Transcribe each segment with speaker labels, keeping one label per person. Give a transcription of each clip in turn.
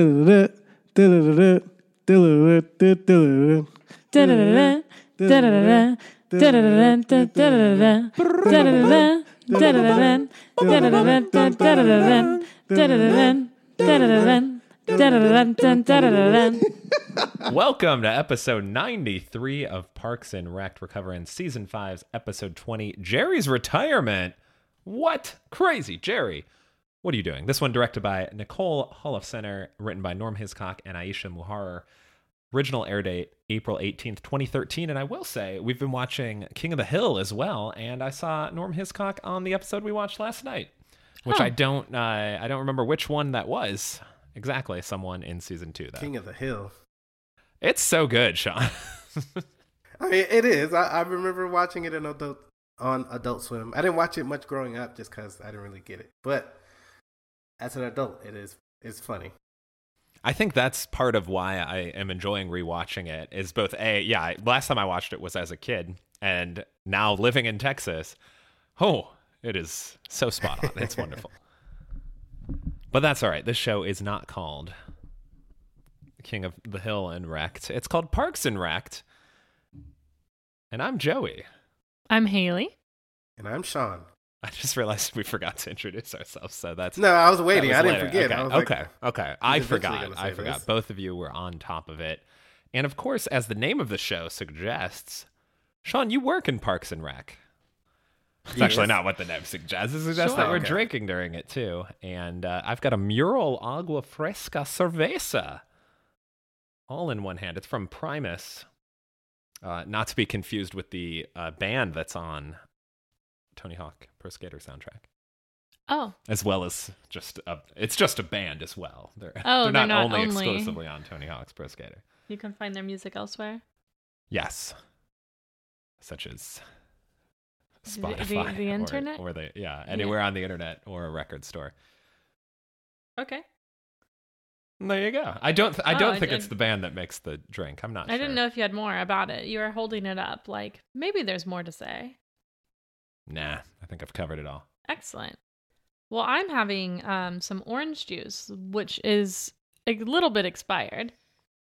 Speaker 1: Da-da-da, da-da-da-da, da-da-da-da, da-da-da-da.
Speaker 2: Da-da-da-da, da-da-da-da, da-da-da-da, da-da-da-da, da-da-da-da, da-da-da-da, da-da-da-da, da-da-da-da, da-da-da-da, da-da-da-da, da-da-da-da, da-da-da-da.
Speaker 3: Welcome to episode 93 of Parks and Rec Recovering Season 5's episode 20, Jerry's Retirement. What? Crazy, Jerry. What are you doing? This one directed by Nicole Hall Center, written by Norm Hiscock and Aisha Muharar. Original air date April 18th, 2013. And I will say, we've been watching King of the Hill as well, and I saw Norm Hiscock on the episode we watched last night, which
Speaker 2: Huh.
Speaker 3: I don't uh, I don't remember which one that was. Exactly, someone in season two though.
Speaker 4: King of the Hill.
Speaker 3: It's so good, Sean.
Speaker 4: I mean, it is. I, I remember watching it in adult on Adult Swim. I didn't watch it much growing up just because I didn't really get it. But as an adult, it is it's funny.
Speaker 3: I think that's part of why I am enjoying rewatching it is both a yeah, I- last time I watched it was as a kid and now living in Texas. Oh, it is so spot on. It's wonderful. But that's all right. This show is not called King of the Hill and Wrecked. It's called Parks and Wrecked. And I'm Joey.
Speaker 2: I'm Haley.
Speaker 4: And I'm Sean.
Speaker 3: I just realized we forgot to introduce ourselves, so that's
Speaker 4: No, I was waiting.
Speaker 3: That
Speaker 4: I
Speaker 3: was later.
Speaker 4: didn't forget.
Speaker 3: Okay,
Speaker 4: I was like,
Speaker 3: okay, okay. I
Speaker 4: eventually
Speaker 3: forgot.
Speaker 4: gonna
Speaker 3: I
Speaker 4: say
Speaker 3: forgot.
Speaker 4: this.
Speaker 3: Both of you were on top of it, and of course, as the name of the show suggests, Sean, you work in Parks and Rec. It's actually
Speaker 4: Yes.
Speaker 3: not what the name suggests. It suggests
Speaker 4: Sure.
Speaker 3: that we're
Speaker 4: Okay.
Speaker 3: drinking during it too, and uh, I've got a mural agua fresca cerveza, all in one hand. It's from Primus, uh, not to be confused with the uh, band that's on Tony Hawk Pro Skater soundtrack
Speaker 2: Oh,
Speaker 3: as well as just a, it's just a band as well. They're,
Speaker 2: Oh, they're
Speaker 3: they're, not,
Speaker 2: not
Speaker 3: only,
Speaker 2: only-
Speaker 3: exclusively on Tony Hawk's Pro Skater.
Speaker 2: you can find their music elsewhere.
Speaker 3: Yes, such as
Speaker 2: The- the-
Speaker 3: Spotify,
Speaker 2: the
Speaker 3: or-
Speaker 2: internet?
Speaker 3: or, the yeah, anywhere on the internet or a record store.
Speaker 2: Okay.
Speaker 3: And there you go. I don't. th- I
Speaker 2: Oh,
Speaker 3: don't
Speaker 2: I
Speaker 3: think it's
Speaker 2: did-
Speaker 3: the band that makes the drink. I'm not.
Speaker 2: I didn't
Speaker 3: sure.
Speaker 2: know if you had more about it. You were holding it up like maybe there's more to say.
Speaker 3: Nah, I think I've covered it all.
Speaker 2: Excellent. Well, I'm having um, some orange juice, which is a little bit expired.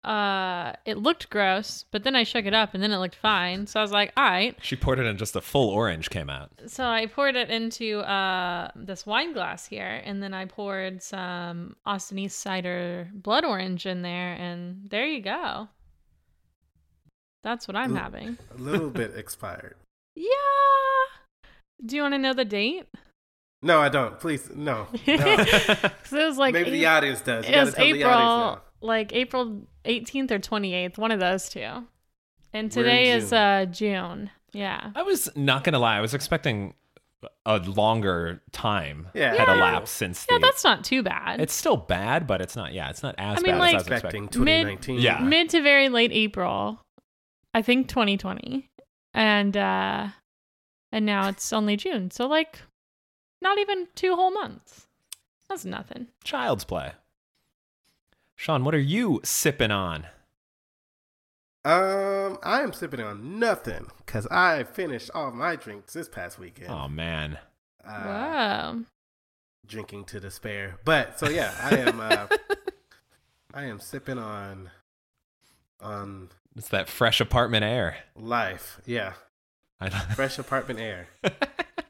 Speaker 2: Uh, it looked gross, but then I shook it up and then it looked fine. So I was like, all right.
Speaker 3: She poured it in just a full orange came out.
Speaker 2: So I poured it into uh, this wine glass here, and then I poured some Austin East cider blood orange in there, and there you go. That's what I'm
Speaker 4: Ooh.
Speaker 2: having.
Speaker 4: a little bit expired.
Speaker 2: Yeah. Do you want to know the date?
Speaker 4: No, I don't. Please, no. no.
Speaker 2: 'Cause it was like
Speaker 4: Maybe the
Speaker 2: eight-
Speaker 4: audience does. You
Speaker 2: it
Speaker 4: gotta
Speaker 2: was
Speaker 4: tell the audience
Speaker 2: April, like April 18th or 28th, one of those two. And
Speaker 4: We're in
Speaker 2: today is
Speaker 4: June.
Speaker 2: uh June. Yeah.
Speaker 3: I was not gonna lie. I was expecting a longer time
Speaker 4: Yeah.
Speaker 3: had
Speaker 4: Yeah.
Speaker 3: elapsed since
Speaker 2: Yeah,
Speaker 3: the
Speaker 2: that's not too bad.
Speaker 3: It's still bad, but it's not. Yeah, it's not as
Speaker 2: I mean,
Speaker 3: bad
Speaker 2: like-
Speaker 3: as I was
Speaker 4: now.
Speaker 3: expecting.
Speaker 4: Expecting 2019.
Speaker 3: Yeah.
Speaker 2: mid to very late April. I think 2020. And uh and now it's only June. So like not even two whole months. That's nothing.
Speaker 3: Child's play. Sean, what are you sipping on?
Speaker 4: Um, I am sipping on nothing because I finished all my drinks this past weekend.
Speaker 3: Oh man,
Speaker 4: Uh,
Speaker 2: Whoa.
Speaker 4: drinking to despair. But so yeah, I am. Uh, I am sipping on on
Speaker 3: it's that fresh apartment air.
Speaker 4: life. Yeah,
Speaker 3: I,
Speaker 4: fresh apartment air.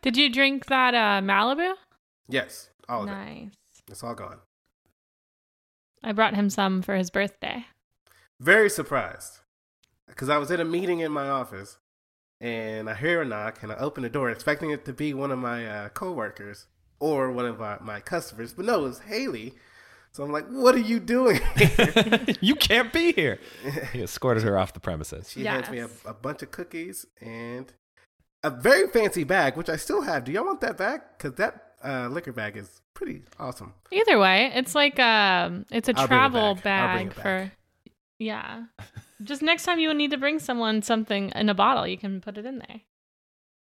Speaker 2: Did you drink that uh Malibu?
Speaker 4: Yes, all of it.
Speaker 2: nice.
Speaker 4: It's all gone.
Speaker 2: I brought him some for his birthday.
Speaker 4: Very surprised because I was at a meeting in my office and I hear a knock and I open the door expecting it to be one of my uh, coworkers or one of our, my customers, but no, it was Haley. So I'm like, "What are you doing?"
Speaker 3: you can't be here. He escorted her off the premises.
Speaker 4: She hands me a,
Speaker 2: Yes.
Speaker 4: a bunch of cookies and a very fancy bag, which I still have. Do y'all want that bag? Because that uh, liquor bag is pretty awesome.
Speaker 2: Either way, it's like um it's a
Speaker 4: I'll bring it
Speaker 2: travel
Speaker 4: back. I'll bring
Speaker 2: bag
Speaker 4: it
Speaker 2: for
Speaker 4: back.
Speaker 2: yeah. Just next time you need to bring someone something in a bottle, you can put it in there.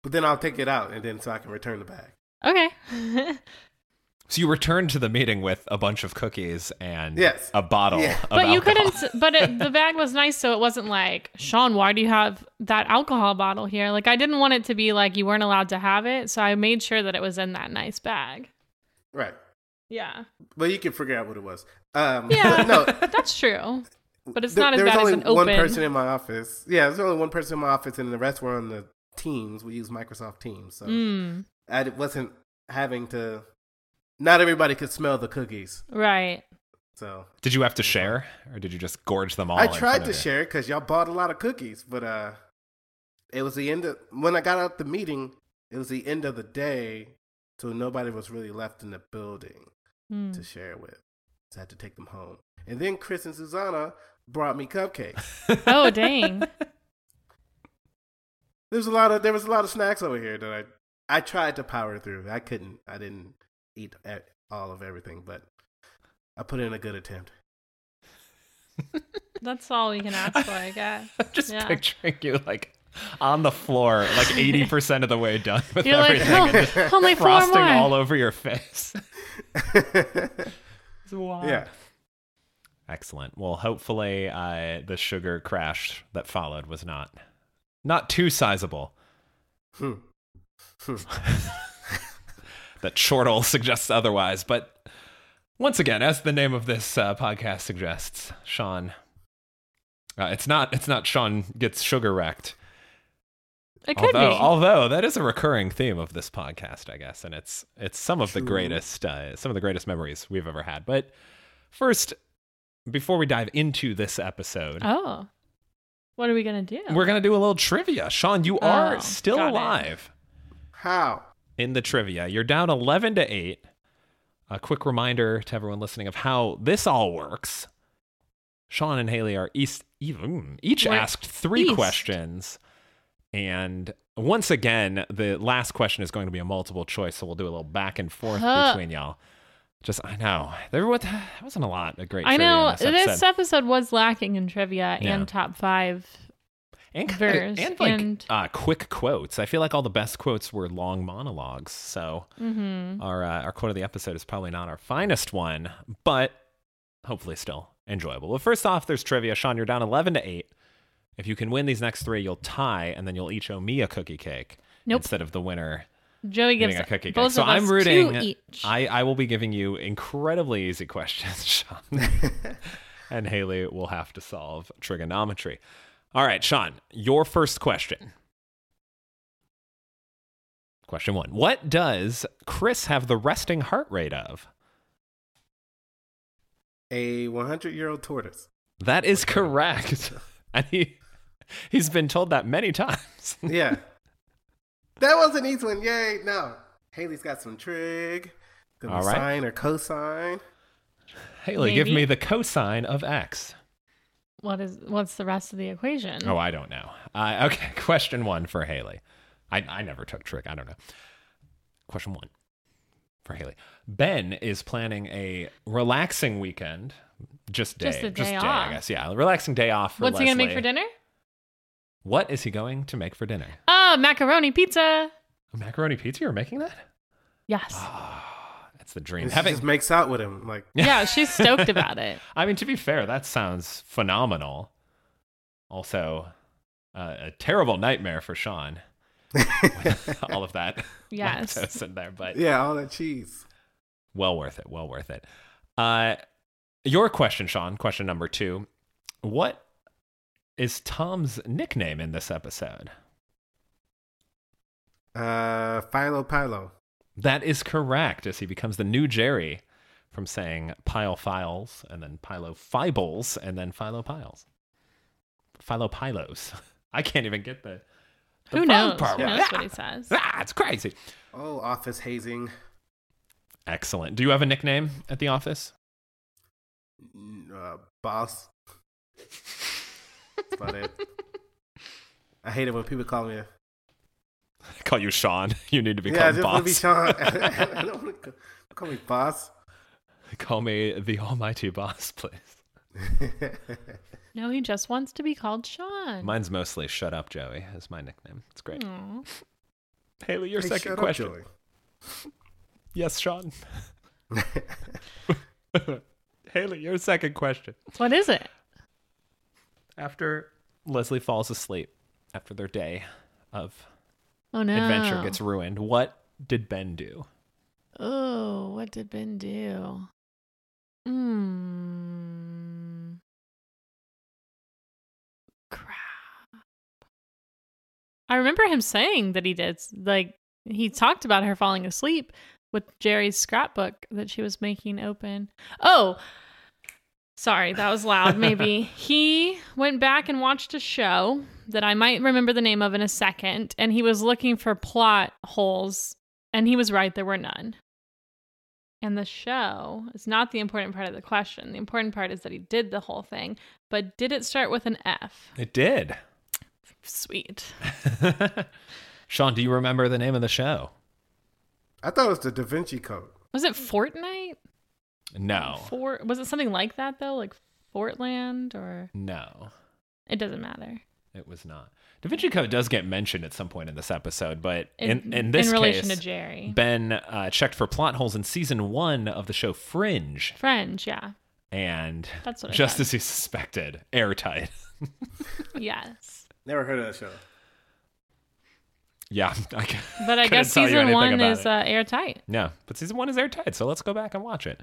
Speaker 4: But then I'll take it out and then so I can return the bag.
Speaker 2: Okay.
Speaker 3: So you returned to the meeting with a bunch of cookies and
Speaker 4: Yes.
Speaker 3: a bottle.
Speaker 4: Yeah.
Speaker 3: Of
Speaker 2: but you
Speaker 3: alcohol.
Speaker 2: couldn't but it, the bag was nice so it wasn't like, "Sean, why do you have that alcohol bottle here?" Like I didn't want it to be like you weren't allowed to have it, so I made sure that it was in that nice bag.
Speaker 4: Right.
Speaker 2: Yeah.
Speaker 4: But you can figure out what it was. Um,
Speaker 2: Yeah.
Speaker 4: no,
Speaker 2: That's true. But it's
Speaker 4: There-
Speaker 2: not as
Speaker 4: there was
Speaker 2: bad as
Speaker 4: only
Speaker 2: an
Speaker 4: one
Speaker 2: open.
Speaker 4: person in my office. Yeah, there's only one person in my office, and the rest were on the Teams. We use Microsoft Teams, so
Speaker 2: Mm,
Speaker 4: I d- wasn't having to. Not everybody could smell the cookies,
Speaker 2: right.
Speaker 4: so
Speaker 3: Did you have to share, or did you just gorge them all?
Speaker 4: I
Speaker 3: in front
Speaker 4: tried
Speaker 3: of
Speaker 4: to
Speaker 3: you?
Speaker 4: share it because y'all bought a lot of cookies, but uh, it was the end of when I got out the meeting. It was the end of the day, so nobody was really left in the building
Speaker 2: Mm.
Speaker 4: to share with. So I had to take them home, and then Chris and Susanna brought me cupcakes.
Speaker 2: Oh dang.
Speaker 4: There's a lot of there was a lot of snacks over here that I I tried to power through. I couldn't. I didn't eat e- all of everything, but I put in a good attempt.
Speaker 2: That's all we can ask for, I guess.
Speaker 3: I'm just
Speaker 2: Yeah.
Speaker 3: picturing you like on the floor, like 80% of the way done with
Speaker 2: You're like,
Speaker 3: everything, and just
Speaker 2: "Oh, only four
Speaker 3: frosting
Speaker 2: more.
Speaker 3: all over your face. It's wild.
Speaker 4: yeah.
Speaker 3: Excellent. Well, hopefully uh, the sugar crash that followed was not not too sizable.
Speaker 4: Hmm. Hmm.
Speaker 3: That chortle suggests otherwise, but once again, as the name of this uh, podcast suggests, Sean, uh, it's not it's not Sean gets sugar wrecked.
Speaker 2: It could
Speaker 3: although,
Speaker 2: be.
Speaker 3: although that is a recurring theme of this podcast, I guess, and it's it's some of the
Speaker 4: True.
Speaker 3: greatest uh, some of the greatest memories we've ever had. But first, before we dive into this episode,
Speaker 2: oh. What are we gonna do?
Speaker 3: we're gonna do a little trivia. Sean, you are
Speaker 2: Oh,
Speaker 3: still
Speaker 2: got it.
Speaker 3: alive
Speaker 4: How?
Speaker 3: in the trivia. You're down eleven to eight. A quick reminder to everyone listening of how this all works. Sean and Haley are east, even, each
Speaker 2: We're
Speaker 3: asked three
Speaker 2: east.
Speaker 3: questions. And once again, the last question is going to be a multiple choice, so we'll do a little back and forth
Speaker 2: Huh.
Speaker 3: between y'all. Just, I know. There was, that wasn't a lot of great
Speaker 2: I
Speaker 3: trivia in
Speaker 2: know
Speaker 3: this
Speaker 2: this
Speaker 3: episode.
Speaker 2: episode. was lacking in trivia
Speaker 3: Yeah.
Speaker 2: and top five.
Speaker 3: and
Speaker 2: verse
Speaker 3: and like
Speaker 2: and-
Speaker 3: uh, quick quotes. I feel like all the best quotes were long monologues. So
Speaker 2: Mm-hmm.
Speaker 3: our uh, our quote of the episode is probably not our finest one, but hopefully still enjoyable. Well, first off, there's trivia. Sean, you're down eleven to eight. If you can win these next three, you'll tie, and then you'll each owe me a cookie cake
Speaker 2: Nope.
Speaker 3: instead of the winner
Speaker 2: Joey gives
Speaker 3: getting a cookie cake.
Speaker 2: both
Speaker 3: So
Speaker 2: of
Speaker 3: I'm
Speaker 2: us
Speaker 3: rooting.
Speaker 2: two each.
Speaker 3: I I will be giving you incredibly easy questions, Sean, and Haley will have to solve trigonometry. All right, Sean, your first question. Question one: What does Chris have the resting heart rate of?
Speaker 4: A 100 year old tortoise.
Speaker 3: That is correct. And he he's been told that many times.
Speaker 4: Yeah. that was an easy one. Yay. No. Haley's got some trig. Gonna
Speaker 3: All right.
Speaker 4: Sine or cosine.
Speaker 3: Haley, give
Speaker 2: Maybe.
Speaker 3: me the cosine of x.
Speaker 2: what is what's the rest of the equation?
Speaker 3: Oh, I don't know. Uh, okay, question one for Haley. I, I never took trick. I don't know. Question one for Haley. Ben is planning a relaxing weekend. Just day.
Speaker 2: Just a day
Speaker 3: I
Speaker 2: off.
Speaker 3: guess. Yeah, a relaxing day off for
Speaker 2: What's he gonna make
Speaker 3: Leslie.
Speaker 2: for dinner?
Speaker 3: What is he going to make for dinner?
Speaker 2: Oh, macaroni pizza.
Speaker 3: Macaroni pizza? You're making that?
Speaker 2: Yes.
Speaker 3: That's the dream.
Speaker 4: And she
Speaker 3: Having,
Speaker 4: just makes out with him. Like,
Speaker 2: yeah, she's stoked about it.
Speaker 3: I mean, to be fair, that sounds phenomenal. Also, uh, a terrible nightmare for Sean. with all of that
Speaker 2: Yes.
Speaker 3: lactose in there, but
Speaker 4: yeah, all that cheese.
Speaker 3: well worth it. Well worth it. Uh, your question, Sean. Question number two. What is Tom's nickname in this episode?
Speaker 4: Uh, Philo Pilo.
Speaker 3: That is correct, as he becomes the new Jerry from saying pile files and then pilo fibles and then philo piles. Philo pilos. I can't even get the. the
Speaker 2: Who
Speaker 3: phone
Speaker 2: knows?
Speaker 3: part
Speaker 2: Who
Speaker 3: right.
Speaker 2: knows
Speaker 3: Ah!
Speaker 2: what he says?
Speaker 3: Ah, it's crazy.
Speaker 4: Oh, office hazing.
Speaker 3: Excellent. Do you have a nickname at the office?
Speaker 4: N- uh, boss. That's about it. I hate it when people call me. A,
Speaker 3: I call you Sean. You need to be
Speaker 4: yeah, I
Speaker 3: called
Speaker 4: just
Speaker 3: boss.
Speaker 4: want to be Sean. I don't want to call me boss.
Speaker 3: call me the almighty boss, please.
Speaker 2: No, he just wants to be called Sean.
Speaker 3: Mine's mostly Shut Up Joey is my nickname. It's great.
Speaker 2: Aw.
Speaker 3: Haley, your
Speaker 4: Hmm. Hey,
Speaker 3: second
Speaker 4: shut up,
Speaker 3: question.
Speaker 4: Joey.
Speaker 3: yes, Sean. Haley, your second question.
Speaker 2: What is it?
Speaker 3: After Leslie falls asleep after their day of
Speaker 2: Oh no.
Speaker 3: adventure gets ruined, what did Ben do?
Speaker 2: Oh, what did Ben do?
Speaker 3: Hmm.
Speaker 2: Mm. Crap. I remember him saying that he did. Like, he talked about her falling asleep with Jerry's scrapbook that she was making open. Oh, sorry, that was loud, maybe. he went back and watched a show that I might remember the name of in a second, and he was looking for plot holes, and he was right, there were none. And the show is not the important part of the question. The important part is that he did the whole thing, but did it start with an F?
Speaker 3: It did.
Speaker 2: Sweet.
Speaker 3: Sean, do you remember the name of the show?
Speaker 4: I thought it was the Da Vinci Code.
Speaker 2: Was it Fortnite?
Speaker 3: No.
Speaker 2: Fort was it something like that though, like Fortland or
Speaker 3: No,
Speaker 2: it doesn't matter.
Speaker 3: it was not. Da Vinci Code does get mentioned at some point in this episode, but in, in, this
Speaker 2: in relation
Speaker 3: case,
Speaker 2: to Jerry,
Speaker 3: Ben uh, checked for plot holes in season one of the show Fringe,
Speaker 2: French, yeah,
Speaker 3: and
Speaker 2: That's what I
Speaker 3: just
Speaker 2: thought.
Speaker 3: as he suspected, airtight.
Speaker 2: yes.
Speaker 4: Never heard of that show.
Speaker 3: yeah, I c-
Speaker 2: But I
Speaker 3: couldn't
Speaker 2: guess
Speaker 3: tell you
Speaker 2: season
Speaker 3: anything
Speaker 2: one
Speaker 3: about
Speaker 2: is
Speaker 3: it.
Speaker 2: uh, airtight.
Speaker 3: No, but season one is airtight, so let's go back and watch it.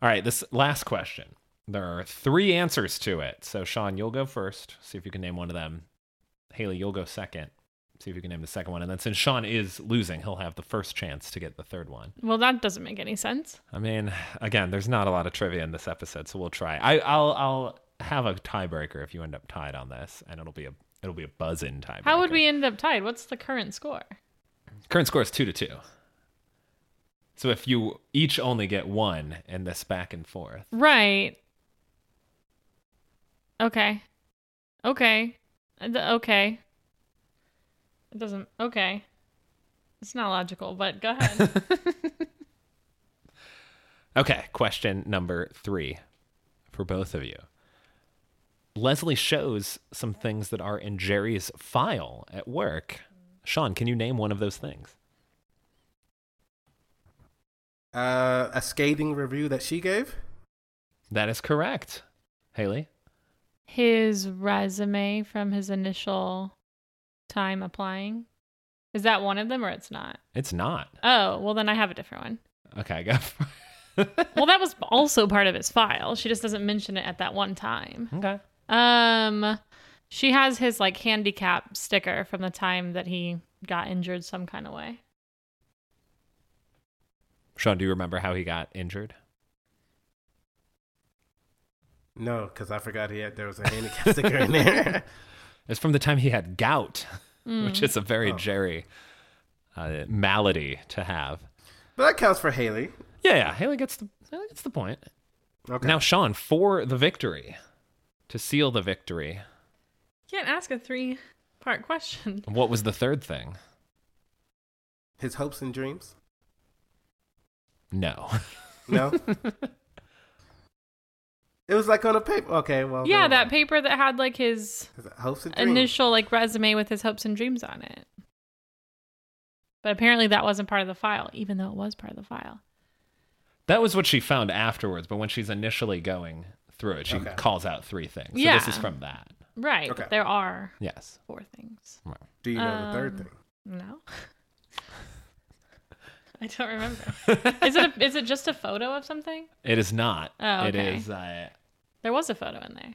Speaker 3: All right, this last question. There are three answers to it. So, Sean, you'll go first. See if you can name one of them. Haley, you'll go second. See if you can name the second one. And then, since Sean is losing, he'll have the first chance to get the third one.
Speaker 2: Well, that doesn't make any sense.
Speaker 3: I mean, again, there's not a lot of trivia in this episode, so we'll try. I, I'll I'll have a tiebreaker if you end up tied on this, and it'll be a it'll be a buzz in tiebreaker.
Speaker 2: How would we end up tied? What's the current score?
Speaker 3: Current score is two to two. So if you each only get one in this back and forth,
Speaker 2: Right. Okay. Okay. Uh, th- Okay. It doesn't. Okay. It's not logical, but go ahead.
Speaker 3: okay. Question number three for both of you. Leslie shows some things that are in Jerry's file at work. Sean, can you name one of those things?
Speaker 4: Uh, a scathing review that she gave.
Speaker 3: That is correct. Haley,
Speaker 2: his resume from his initial time applying. Is that one of them or it's not?
Speaker 3: it's not.
Speaker 2: Oh, well, then I have a different one.
Speaker 3: Okay, I go.
Speaker 2: Well, that was also part of his file. She just doesn't mention it at that one time.
Speaker 3: okay.
Speaker 2: Um, she has his like handicap sticker from the time that he got injured some kind of way.
Speaker 3: Sean, do you remember how he got injured?
Speaker 4: No, because I forgot he had there was a handicap sticker in there.
Speaker 3: It's from the time he had gout, which is a very
Speaker 4: Oh.
Speaker 3: Jerry uh, malady to have.
Speaker 4: but that counts for Haley.
Speaker 3: Yeah, yeah. Haley gets the Haley gets the point.
Speaker 4: Okay.
Speaker 3: Now, Sean, for the victory, to seal the victory,
Speaker 2: Can't ask a three part question.
Speaker 3: what was the third thing?
Speaker 4: His hopes and dreams.
Speaker 3: No.
Speaker 4: No. it was like on a paper. Okay, well.
Speaker 2: yeah,
Speaker 4: never
Speaker 2: that
Speaker 4: mind.
Speaker 2: paper that had like his
Speaker 4: His hopes and dreams.
Speaker 2: initial like resume with his hopes and dreams on it. But apparently that wasn't part of the file, even though it was part of the file.
Speaker 3: that was what she found afterwards, but when she's initially going through it, she
Speaker 4: Okay.
Speaker 3: calls out three things. So this
Speaker 2: Yeah.
Speaker 3: is from that.
Speaker 2: Right. but
Speaker 4: Okay.
Speaker 2: There are
Speaker 3: Yes.
Speaker 2: four things.
Speaker 4: Do you know the third
Speaker 2: Um,
Speaker 4: thing?
Speaker 2: No. I don't remember. is it a, is it just a photo of something?
Speaker 3: It is not.
Speaker 2: Oh, okay.
Speaker 3: It is uh,
Speaker 2: There was a photo in there.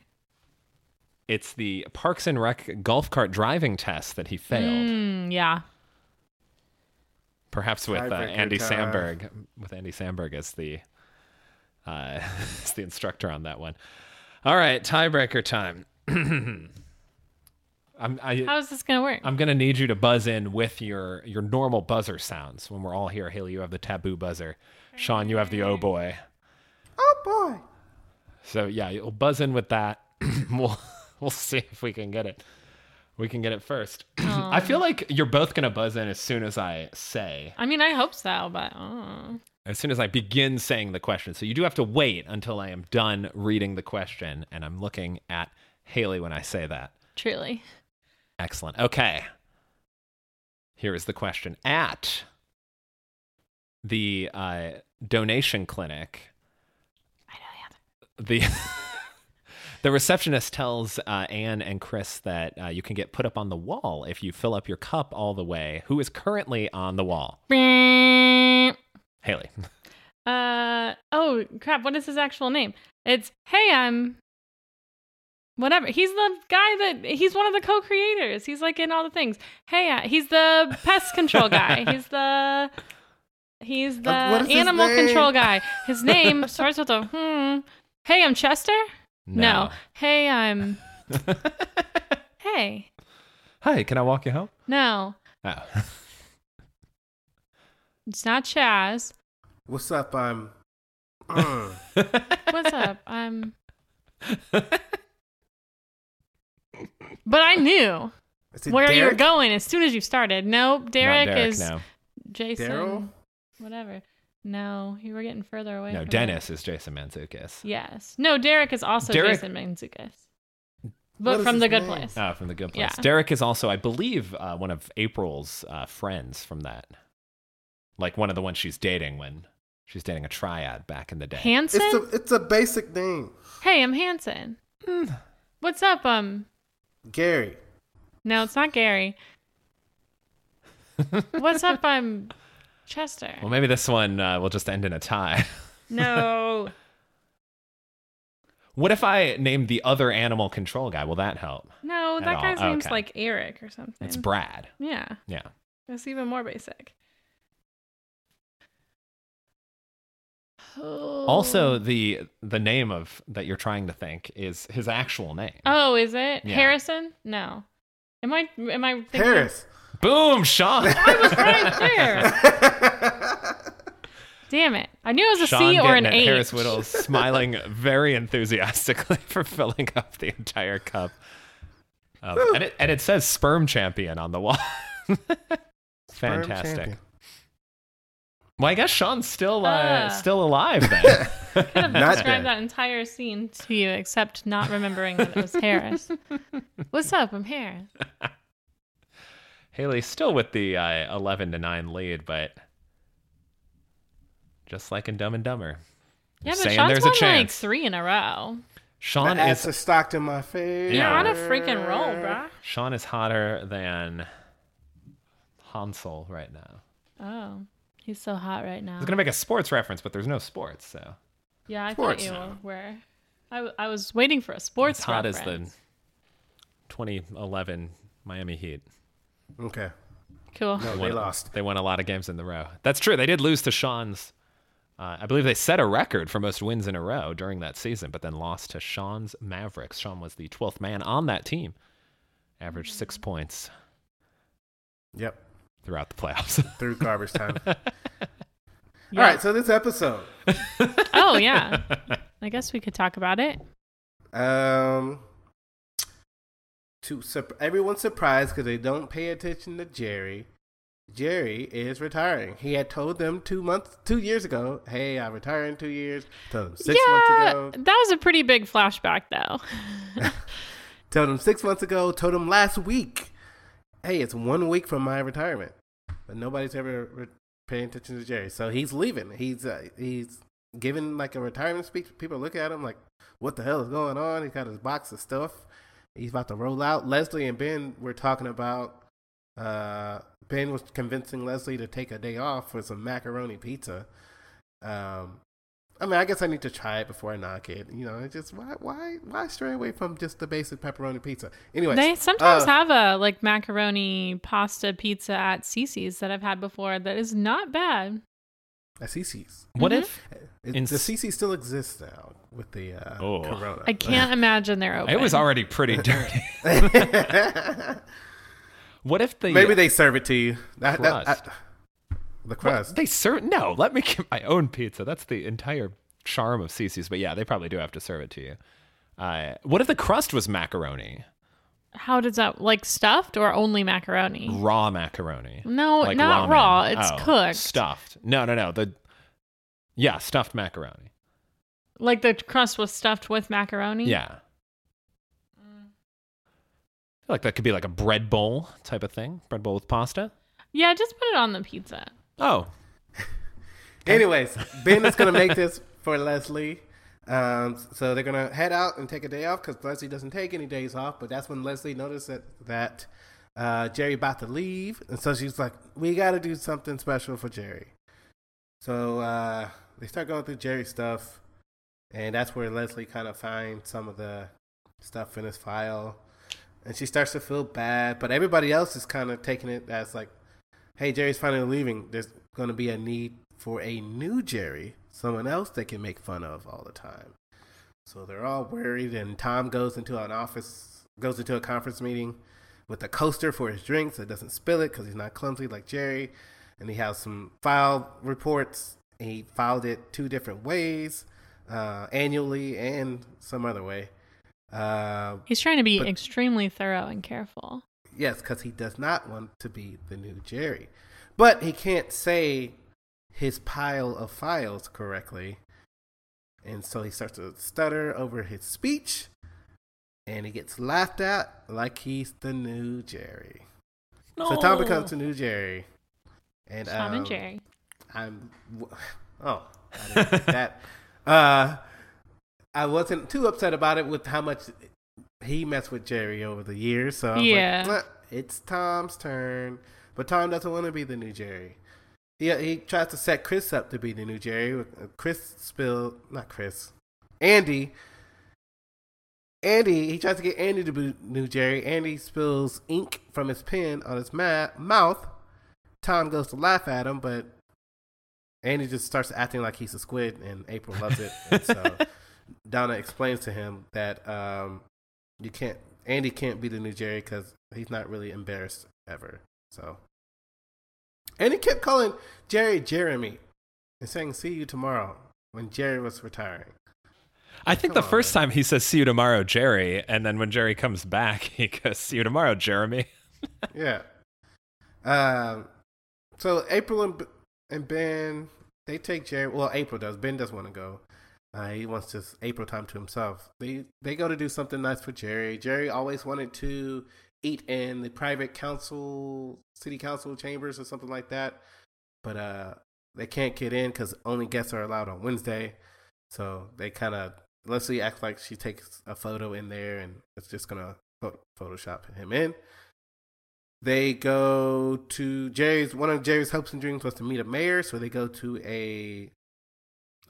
Speaker 3: it's the Parks and Rec golf cart driving test that he failed.
Speaker 2: Mm, yeah.
Speaker 3: perhaps with uh,
Speaker 4: Tiebreaker
Speaker 3: Andy
Speaker 4: time.
Speaker 3: Samberg, with Andy Samberg as the uh, as the instructor on that one. All right, tiebreaker time. I'm I,
Speaker 2: How is this gonna work?
Speaker 3: I'm gonna need you to buzz in with your your normal buzzer sounds when we're all here. Haley, you have the taboo buzzer. Sean, you have the oh boy.
Speaker 4: Oh boy.
Speaker 3: So yeah, you'll buzz in with that. we'll we'll see if we can get it. We can get it first. I feel like you're both gonna buzz in as soon as I say
Speaker 2: I mean, I hope so, but uh,
Speaker 3: as soon as I begin saying the question. So you do have to wait until I am done reading the question and I'm looking at Haley when I say that.
Speaker 2: truly.
Speaker 3: Excellent. Okay. Here is the question. At the uh, donation clinic,
Speaker 2: I know the answer.
Speaker 3: the the receptionist tells uh, Anne and Chris that uh, you can get put up on the wall if you fill up your cup all the way. Who is currently on the wall?
Speaker 2: Beep.
Speaker 3: Haley.
Speaker 2: Uh oh crap, what is his actual name? It's hey, I'm whatever. He's the guy that he's one of the co-creators. He's like in all the things. Hey, I, he's the pest control guy. He's the he's the
Speaker 4: Uh, what is his
Speaker 2: animal
Speaker 4: name?
Speaker 2: control guy. His name starts with a hmm. Hey, I'm Chester? no. Hey, I'm Hey.
Speaker 3: Hi, can I walk you home?
Speaker 2: No.
Speaker 3: Oh.
Speaker 2: It's not Chaz.
Speaker 4: What's up? I'm. Mm.
Speaker 2: What's up? I'm. But I knew
Speaker 4: Is it
Speaker 2: where you were
Speaker 4: Derek?
Speaker 2: going as soon as you started. Nope, Derek,
Speaker 3: Not Derek
Speaker 2: is
Speaker 3: no.
Speaker 2: Jason.
Speaker 4: Daryl?
Speaker 2: Whatever. No, you were getting further away.
Speaker 3: No,
Speaker 2: from
Speaker 3: Dennis is Jason Manzukis.
Speaker 2: it. Yes. No, Derek is also
Speaker 3: Derek-
Speaker 2: Jason Manzukis.
Speaker 4: What
Speaker 2: But
Speaker 4: is
Speaker 2: from
Speaker 4: his
Speaker 2: the Good
Speaker 4: name?
Speaker 2: Place.
Speaker 3: Ah, from the Good Place.
Speaker 2: Yeah.
Speaker 3: Derek is also, I believe, uh, one of April's uh, friends from that. Like one of the ones she's dating when she's dating a triad back in the Hmm. day.
Speaker 2: Hanson.
Speaker 4: It's a it's a basic name.
Speaker 2: hey, I'm Hanson. What's up? Um.
Speaker 4: Gary.
Speaker 2: No, it's not Gary. What's up? I'm Chester.
Speaker 3: well, maybe this one uh, will just end in a tie.
Speaker 2: No.
Speaker 3: what if I named the other animal control guy? Will that help?
Speaker 2: No,
Speaker 3: At
Speaker 2: that
Speaker 3: all.
Speaker 2: guy's name's
Speaker 3: Okay.
Speaker 2: like Eric or something.
Speaker 3: It's Brad.
Speaker 2: yeah,
Speaker 3: Yeah.
Speaker 2: that's even more basic. Oh.
Speaker 3: Also, the the name of that you're trying to think is his actual name.
Speaker 2: oh, is it
Speaker 3: Yeah.
Speaker 2: Harrison? No. Am I? Am I? Thinking
Speaker 4: Harris.
Speaker 3: Boom, Sean.
Speaker 2: It was right there. Damn it! I knew it was a C
Speaker 3: Sean
Speaker 2: or an
Speaker 3: getting it,
Speaker 2: H.
Speaker 3: Harris Whittle smiling very enthusiastically for filling up the entire cup. Um, and, it, and it says sperm champion on the wall.
Speaker 4: Firm
Speaker 3: Fantastic.
Speaker 4: champion.
Speaker 3: Well, I guess Sean's still uh,
Speaker 2: Ah.
Speaker 3: still alive then.
Speaker 2: Could have
Speaker 4: Not
Speaker 2: described
Speaker 4: bad.
Speaker 2: that entire scene to you, except not remembering that it was Harris. What's up? I'm Harris.
Speaker 3: Haley's still with the uh, 11 to 9 lead, but just like in Dumb and Dumber,
Speaker 2: Yeah, but
Speaker 3: Saying
Speaker 2: Sean's
Speaker 3: there's a
Speaker 2: won like
Speaker 3: chance.
Speaker 2: three in a row.
Speaker 4: My
Speaker 3: Sean
Speaker 4: ass
Speaker 3: is
Speaker 4: is stocked in my face.
Speaker 3: Yeah.
Speaker 2: You're on a freaking roll, bruh.
Speaker 3: Sean is hotter than Hansel right now.
Speaker 2: Oh, he's so hot right now.
Speaker 3: I was gonna make a sports reference, but there's no sports, so
Speaker 2: Yeah, I
Speaker 4: Sports.
Speaker 2: thought you were. I, w- I was waiting for a sports
Speaker 3: it's hot as the
Speaker 2: reference.
Speaker 3: 2011 Miami Heat.
Speaker 4: Okay.
Speaker 2: Cool.
Speaker 4: No, they
Speaker 3: won-
Speaker 4: lost.
Speaker 3: They won a lot of games in the row. That's true. They did lose to Sean's. Uh, I believe they set a record for most wins in a row during that season, but then lost to Sean's Mavericks. Sean was the 12th man on that team, averaged
Speaker 2: Mm-hmm.
Speaker 3: six points
Speaker 4: Yep.
Speaker 3: throughout the playoffs.
Speaker 4: Through garbage time.
Speaker 2: Yeah.
Speaker 4: All right. So this episode.
Speaker 2: oh yeah. I guess we could talk about it.
Speaker 4: Um, to sur- everyone's surprised because they don't pay attention to Jerry. Jerry is retiring. He had told them two months, two years ago, "Hey, I retire in two years." Told them six
Speaker 2: yeah,
Speaker 4: months ago.
Speaker 2: that was a pretty big flashback though.
Speaker 4: Told them six months ago. Told them last week. Hey, it's one week from my retirement, but nobody's ever re- paying attention to Jerry. So he's leaving. He's uh, he's giving like a retirement speech. People look at him like, "What the hell is going on?" He's got his box of stuff. He's about to roll out. Leslie and Ben were talking about. Uh, ben was convincing Leslie to take a day off for some macaroni pizza. Um, I mean, I guess I need to try it before I knock it. You know, it's just why, why, why stray away from just the basic pepperoni pizza? Anyway,
Speaker 2: they sometimes
Speaker 4: uh,
Speaker 2: have a like macaroni pasta pizza at Cece's that I've had before that is not bad.
Speaker 4: a CC's.
Speaker 3: what
Speaker 2: Mhm.
Speaker 3: if
Speaker 4: It,
Speaker 3: In
Speaker 4: the
Speaker 3: s-
Speaker 4: CC still exists now with the uh,
Speaker 3: Oh.
Speaker 4: Corona.
Speaker 2: I can't imagine they're open.
Speaker 3: it was already pretty dirty? what if the
Speaker 4: Maybe they serve it to you. That- that-
Speaker 3: Crust.
Speaker 4: I- the
Speaker 3: What?
Speaker 4: crust.
Speaker 3: They serve no. Let me get my own pizza. That's the entire charm of Cece's. But yeah, they probably do have to serve it to you. Uh, what if the crust was macaroni,
Speaker 2: How does that like stuffed or only macaroni?
Speaker 3: raw macaroni?
Speaker 2: No,
Speaker 3: Like
Speaker 2: not
Speaker 3: ramen.
Speaker 2: raw. It's
Speaker 3: Oh,
Speaker 2: cooked.
Speaker 3: stuffed. No, no, no. The yeah, stuffed macaroni.
Speaker 2: Like the crust was stuffed with macaroni.
Speaker 3: Yeah, I feel like that could be like a bread bowl type of thing. Bread bowl with pasta.
Speaker 2: Yeah, just put it on the pizza.
Speaker 3: Oh,
Speaker 4: Anyways, Ben is gonna make this for Leslie. Um, so they're gonna head out and take a day off because Leslie doesn't take any days off. But that's when Leslie noticed that that uh, Jerry about to leave, and so she's like, "We got to do something special for Jerry." So uh, they start going through Jerry's stuff, and that's where Leslie kind of finds some of the stuff in his file, and she starts to feel bad. But everybody else is kind of taking it as like, "Hey, Jerry's finally leaving. There's going to be a need for a new Jerry, someone else they can make fun of all the time." So they're all worried, and Tom goes into an office, goes into a conference meeting with a coaster for his drinks that doesn't spill it because he's not clumsy like Jerry. And he has some file reports. He filed it two different ways uh, annually and some other way. Uh,
Speaker 2: He's trying to be
Speaker 4: But-
Speaker 2: extremely thorough and careful.
Speaker 4: yes, because he does not want to be the new Jerry. But he can't say his pile of files correctly. And so he starts to stutter over his speech. And he gets laughed at like he's the new Jerry.
Speaker 3: No.
Speaker 4: So Tom becomes the new Jerry. And
Speaker 2: Tom
Speaker 4: um,
Speaker 2: and Jerry.
Speaker 4: I'm w- oh I didn't think that uh, I wasn't too upset about it with how much he messed with Jerry over the years. So I was
Speaker 2: Yeah.
Speaker 4: like, "Mwah, it's Tom's turn, but Tom doesn't want to be the new Jerry. He he tries to set Chris up to be the new Jerry. with- uh, Chris spilled not Chris, Andy. Andy, he tries to get Andy to be new Jerry. Andy spills ink from his pen on his ma- mouth. Tom goes to laugh at him, but Andy just starts acting like he's a squid, and April loves it. And so Donna explains to him that um, you can't, Andy can't be the new Jerry because he's not really embarrassed ever. So, and he kept calling Jerry Jeremy and saying, "See you tomorrow." When Jerry was retiring,
Speaker 3: I think
Speaker 4: Come
Speaker 3: the
Speaker 4: on,
Speaker 3: first time he says "See you tomorrow, Jerry," and then when Jerry comes back, he goes "See you tomorrow, Jeremy."
Speaker 4: yeah. Um, so April and B- and Ben they take Jerry. Well, April does. Ben doesn't want to go. Uh, he wants just April time to himself. They they go to do something nice for Jerry. Jerry always wanted to eat in the private council, city council chambers or something like that, but uh, they can't get in because only guests are allowed on Wednesday. So they kind of Leslie acts like she takes a photo in there and it's just gonna pho- Photoshop him in. They go to Jerry's. One of Jerry's hopes and dreams was to meet a mayor, so they go to a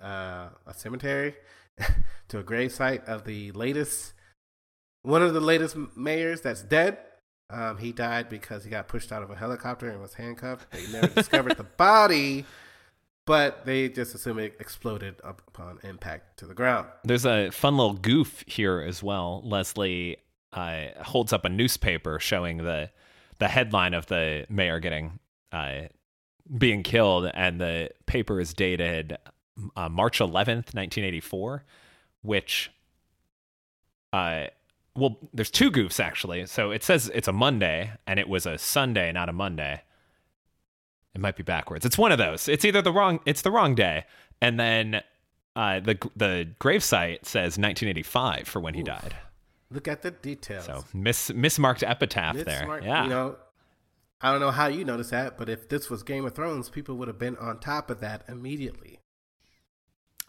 Speaker 4: uh, a cemetery to a grave site of the latest one of the latest mayors that's dead. Um, he died because he got pushed out of a helicopter and was handcuffed. They never discovered the body, but they just assume it exploded up upon impact to the ground.
Speaker 3: There's a fun little goof here as well. Leslie uh, holds up a newspaper showing the the headline of the mayor getting uh, being killed, and the paper is dated uh, March 11th, 1984, which uh, well, there's two goofs actually. So it says it's a Monday, and it was a Sunday, not a Monday. It might be backwards. It's one of those. It's either the wrong. It's the wrong day, and then uh, the the gravesite says 1985 for when he
Speaker 4: Oof.
Speaker 3: died.
Speaker 4: Look at the details.
Speaker 3: So mis mismarked epitaph
Speaker 4: It's
Speaker 3: there.
Speaker 4: smart,
Speaker 3: yeah.
Speaker 4: You know, I don't know how you noticed that, but if this was Game of Thrones, people would have been on top of that immediately.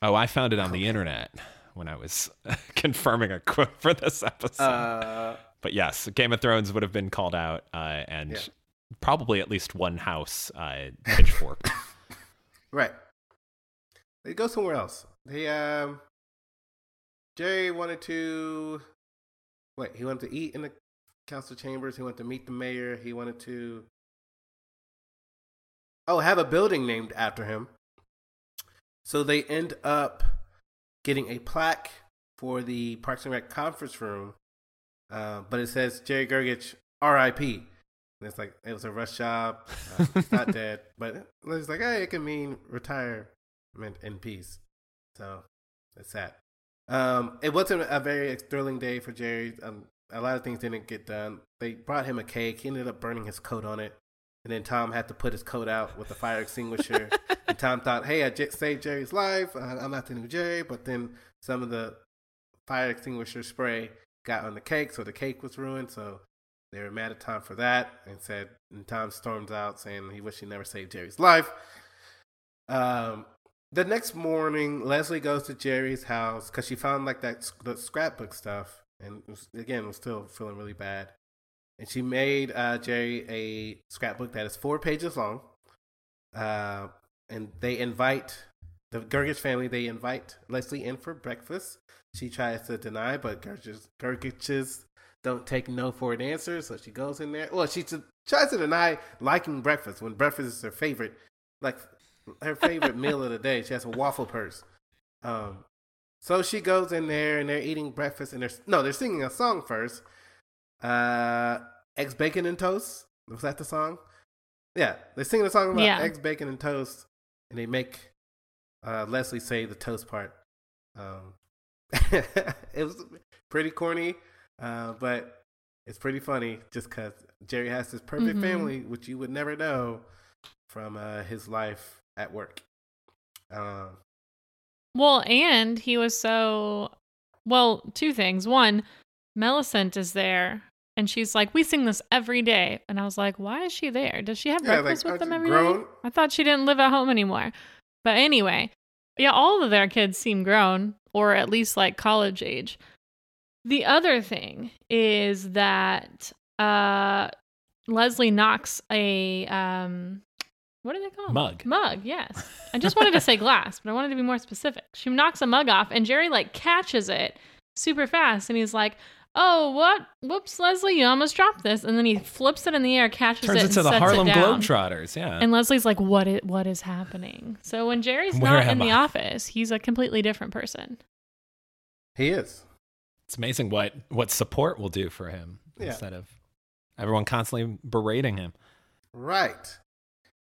Speaker 3: oh, I found it on the internet when I was confirming a quote for this episode.
Speaker 4: Uh,
Speaker 3: but yes, Game of Thrones would have been called out, uh, and
Speaker 4: Yeah.
Speaker 3: probably at least one house uh, pitchfork.
Speaker 4: right. They go somewhere else. They um, Jerry wanted to. Wait, he wanted to eat in the council chambers. He wanted to meet the mayor. He wanted to. Oh, have a building named after him. So they end up getting a plaque for the Parks and Rec conference room, uh, but it says Jerry Gergich, R.I.P. And it's like it was a rush job. Uh, he's not dead, but it's like hey, it can mean retirement in peace. So that's that. Um, it wasn't a very thrilling day for Jerry. Um, a lot of things didn't get done. They brought him a cake. He ended up burning his coat on it, and then Tom had to put his coat out with a fire extinguisher. and Tom thought, "Hey, I just saved Jerry's life. Uh, I'm not the new Jerry." But then some of the fire extinguisher spray got on the cake, so the cake was ruined. So they were mad at Tom for that, and said, and Tom storms out saying he wished he never saved Jerry's life. Um, the next morning, Leslie goes to Jerry's house because she found like that s- the scrapbook stuff, and was, again was still feeling really bad. And she made uh, Jerry a scrapbook that is four pages long, uh, and they invite The Gergic family, they invite Leslie in for breakfast. She tries to deny, but Gergich's, Gergich's don't take no for an answer, so she goes in there. Well, she t- tries to deny liking breakfast when breakfast is her favorite, like her favorite meal of the day. She has a waffle purse. Um, so she goes in there and they're eating breakfast and they're no, they're singing a song first. Uh, eggs, bacon, and toast. Was that the song? Yeah, they're singing a song about
Speaker 2: Yeah.
Speaker 4: eggs, bacon, and toast, and they make uh, Leslie say the toast part. Um, it was pretty corny, uh, but it's pretty funny just because Jerry has this perfect
Speaker 2: Mhm.
Speaker 4: family, which you would never know from uh, his life at work. Um,
Speaker 2: Well, and he was so well, two things. One, Millicent is there and she's like, We sing this every day. And I was like, Why is she there? Does she have
Speaker 4: Yeah, like,
Speaker 2: breakfast
Speaker 4: aren't
Speaker 2: with them
Speaker 4: you
Speaker 2: every day?
Speaker 4: grown?
Speaker 2: I thought she didn't live at home anymore. But anyway, yeah, all of their kids seem grown, or at least like college age. The other thing is that uh Leslie knocks a um what are they called?
Speaker 3: Mug.
Speaker 2: Mug, yes. I just wanted to say glass, but I wanted to be more specific. She knocks a mug off and Jerry like catches it super fast and he's like, Oh, what? Whoops, Leslie, you almost dropped this. And then he flips it in the air, catches
Speaker 3: Turns
Speaker 2: it,
Speaker 3: into
Speaker 2: and
Speaker 3: the
Speaker 2: sets
Speaker 3: Harlem
Speaker 2: it down.
Speaker 3: Globetrotters. Yeah.
Speaker 2: And Leslie's like, "What is what is happening?" So when Jerry's
Speaker 3: Where
Speaker 2: not
Speaker 3: am
Speaker 2: in the
Speaker 3: I?
Speaker 2: office, he's a completely different person.
Speaker 4: he is.
Speaker 3: it's amazing what what support will do for him
Speaker 4: Yeah.
Speaker 3: instead of everyone constantly berating him.
Speaker 4: Right.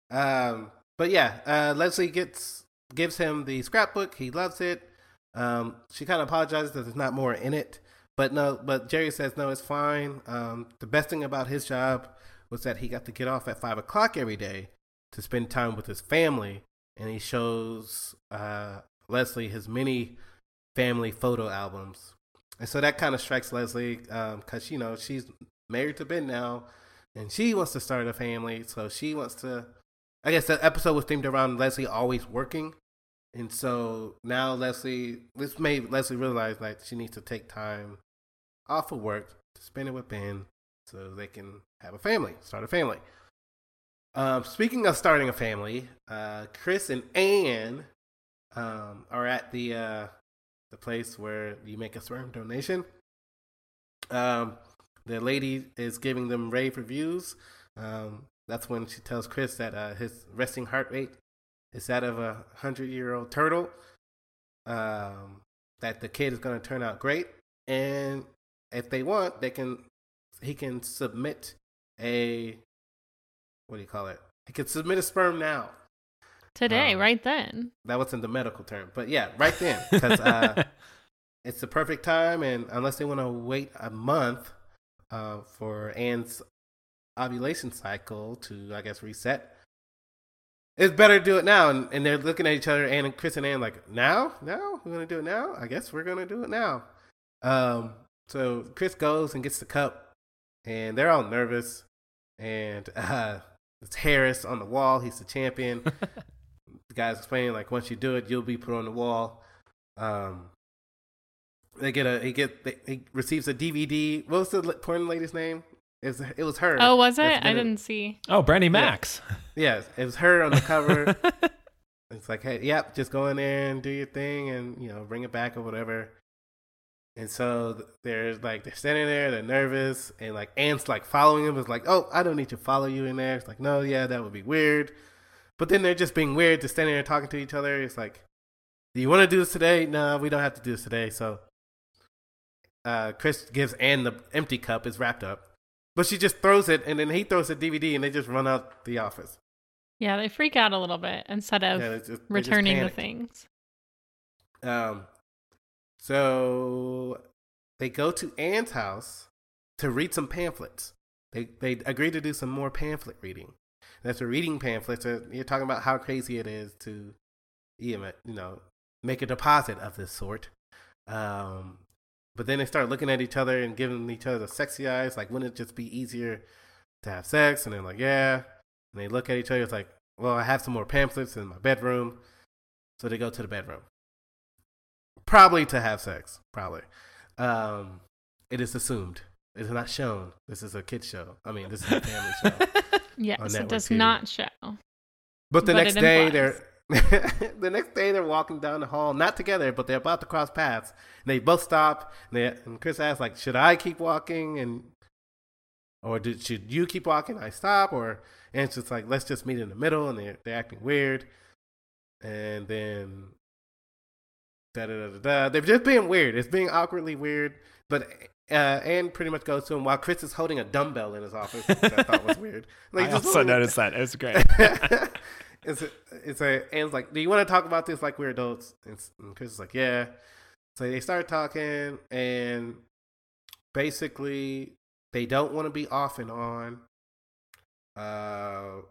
Speaker 4: Um, but yeah, uh, Leslie gets gives him the scrapbook. He loves it. Um, she kind of apologizes that there's not more in it, but no. But Jerry says no, it's fine. Um, the best thing about his job was that he got to get off at five o'clock every day to spend time with his family, and he shows uh, Leslie his many family photo albums, and so that kind of strikes Leslie because you know she's married to Ben now and she wants to start a family. So she wants to. I guess that episode was themed around Leslie always working, and so now Leslie this made Leslie realize like she needs to take time off of work to spend it with Ben, so they can have a family, start a family. Um, speaking of starting a family, uh, Chris and Anne um, are at the uh, the place where you make a sperm donation. Um, the lady is giving them rave reviews. Um, that's when she tells Chris that uh, his resting heart rate is that of a hundred year old turtle. Um, that the kid is going to turn out great, and if they want, they can he can submit a what do you call it? He can submit a sperm now.
Speaker 2: Today,
Speaker 3: Oh.
Speaker 4: Um,
Speaker 2: right then,
Speaker 4: That wasn't the medical term, but yeah, right then, because uh, it's the perfect time, and unless they want to wait a month uh, for Anne's ovulation cycle to, I guess, reset, it's better to do it now. And, and they're looking at each other, Anne and Chris and Anne, like, now, now, we're gonna do it now. I guess we're gonna do it now. Um, so Chris goes and gets the cup, and they're all nervous, and uh, it's Harris on the wall. He's the champion. the guy's explaining like, once you do it, you'll be put on the wall. Um, they get a he get they, he receives a DVD. What was the la- porn lady's name? It was, it was her.
Speaker 2: oh, was it?
Speaker 4: That's
Speaker 2: I
Speaker 4: been a-
Speaker 2: didn't see.
Speaker 3: oh, Brandy Max.
Speaker 4: Yes, it was her on the cover. it's like, hey, yep, just go in there and do your thing, and you know, bring it back or whatever. And so th- they're like they're standing there, they're nervous, and like Ant's like following him. It's like, oh, I don't need to follow you in there. It's like, no, yeah, that would be weird. But then they're just being weird, just standing there talking to each other. It's like, do you want to do this today? No, we don't have to do this today. So uh, Chris gives Ann the empty cup. It's wrapped up, but she just throws it, and then he throws the DVD, and they just run out the office.
Speaker 2: Yeah, they freak out a little bit instead of
Speaker 4: Yeah, they just- they just
Speaker 2: returning the
Speaker 4: panic.
Speaker 2: things.
Speaker 4: Um, so they go to Anne's house to read some pamphlets. They they agree to do some more pamphlet reading. That's a reading pamphlets. uh, You're talking about how crazy it is to, you know, you know, make a deposit of this sort. Um, but then they start looking at each other and giving each other the sexy eyes. Like, wouldn't it just be easier to have sex? And they're like, yeah. And they look at each other. It's like, well, I have some more pamphlets in my bedroom. So they go to the bedroom probably to have sex probably um it is assumed it is not shown this is a kid show i mean this is a family show
Speaker 2: Yes, it
Speaker 4: network
Speaker 2: does
Speaker 4: TV.
Speaker 2: not show.
Speaker 4: but the
Speaker 2: But
Speaker 4: next
Speaker 2: it
Speaker 4: day
Speaker 2: implies.
Speaker 4: they're the next day, they're walking down the hall, not together, but they're about to cross paths. And they both stop. And, they, and Chris asks, like, should I keep walking? And or did, should you keep walking? I stop. Or and it's just like, let's just meet in the middle. And they're, they're acting weird. And then da da da da. They're just being weird. It's being awkwardly weird. But uh, Anne pretty much goes to him while Chris is holding a dumbbell in his office, which I thought was weird.
Speaker 3: I
Speaker 4: Like, just
Speaker 3: also
Speaker 4: holding a-
Speaker 3: noticed that. It was great.
Speaker 4: it's a, it's a and it's like, do you want to talk about this like we're adults? And, s- and Chris is like, yeah. So they start talking, and basically they don't want to be off and on. Uh,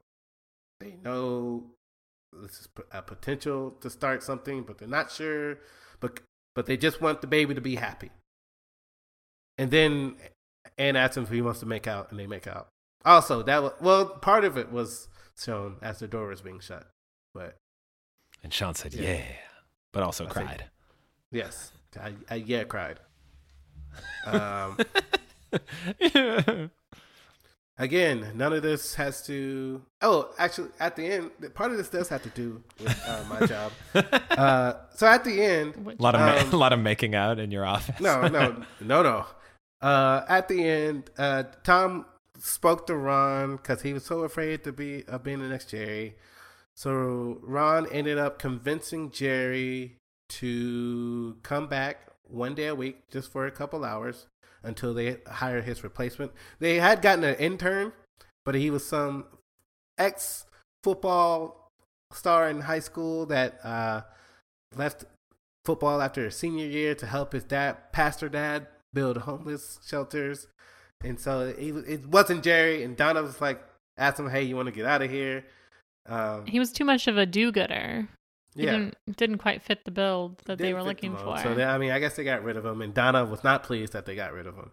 Speaker 4: they know this is p- a potential to start something, but they're not sure. But but they just want the baby to be happy. And then Anne asks him if he wants to make out, and they make out. Also, that was, well, part of it was shown as the door was being shut. But
Speaker 3: And Sean said,
Speaker 4: Yeah.
Speaker 3: yeah, but also
Speaker 4: I think-
Speaker 3: cried.
Speaker 4: yes, I, I yeah cried. Um, again, none of this has to. Oh, actually, at the end, part of this does have to do with uh, my job. Uh, so at the end,
Speaker 2: Which-
Speaker 3: A lot of
Speaker 4: Um,
Speaker 3: ma- a lot of making out in your office.
Speaker 4: No, no, no, no. Uh, at the end, uh, Tom spoke to Ron because he was so afraid to be of being the next Jerry. So Ron ended up convincing Jerry to come back one day a week, just for a couple hours, until they hire his replacement. They had gotten an intern, but he was some ex football star in high school that uh, left football after his senior year to help his dad, pastor dad, build homeless shelters. And so it, was- it wasn't Jerry. And Donna was like, asked him, hey, you want to get out of here? Um,
Speaker 2: he was too much of a do-gooder. He didn't, didn't quite fit the build that they
Speaker 4: didn't
Speaker 2: were
Speaker 4: fit the
Speaker 2: looking
Speaker 4: mold.
Speaker 2: for.
Speaker 4: So they, I mean, I guess they got rid of him, and Donna was not pleased that they got rid of him.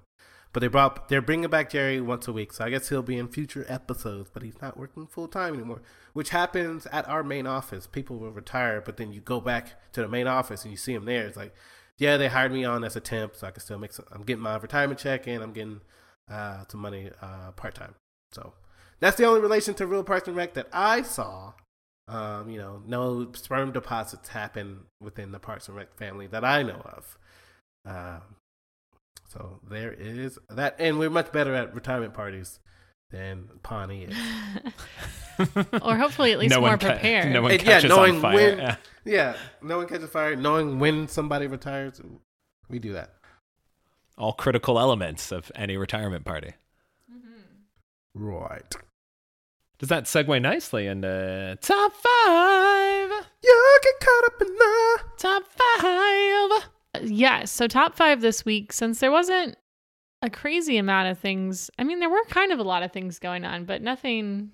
Speaker 4: But they brought they're bringing back Jerry once a week, so I guess he'll be in future episodes. But he's not working full time anymore, which happens at our main office. People will retire, but then you go back to the main office and you see him there. It's like, yeah, they hired me on as a temp, so I can still make. Some, I'm getting my retirement check and I'm getting uh, some money uh, part time. So that's the only relation to Real Parks and Rec that I saw. Um, you know, no sperm deposits happen within the Parks and Rec family that I know of. Um, so there is that, and we're much better at retirement parties than Pawnee is.
Speaker 2: or hopefully at least
Speaker 3: no
Speaker 2: more
Speaker 3: one ca-
Speaker 2: prepared.
Speaker 3: no one
Speaker 4: And yeah,
Speaker 3: catches
Speaker 4: knowing
Speaker 3: on fire.
Speaker 4: when-
Speaker 3: Yeah.
Speaker 4: yeah, no one catches fire. Knowing when somebody retires, we do that.
Speaker 3: All critical elements of any retirement party.
Speaker 4: Right.
Speaker 3: Does that segue nicely into top five?
Speaker 4: You get caught up in the.
Speaker 3: Top five.
Speaker 2: yeah, so top five this week, since there wasn't a crazy amount of things. I mean, there were kind of a lot of things going on, but nothing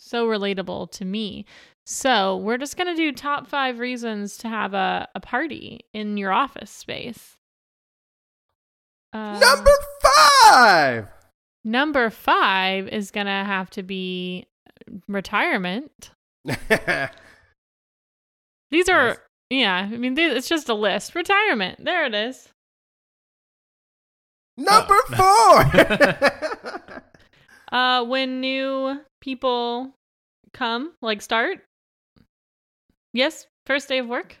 Speaker 2: so relatable to me. So we're just going to do top five reasons to have a, a party in your office space. Uh,
Speaker 4: Number five!
Speaker 2: number five is going to have to be retirement. These are,
Speaker 4: Nice.
Speaker 2: yeah, I mean, th- it's just a list. Retirement. There it is.
Speaker 4: Number
Speaker 3: Oh.
Speaker 4: four!
Speaker 2: Uh, when new people come, like start. Yes, first day of work.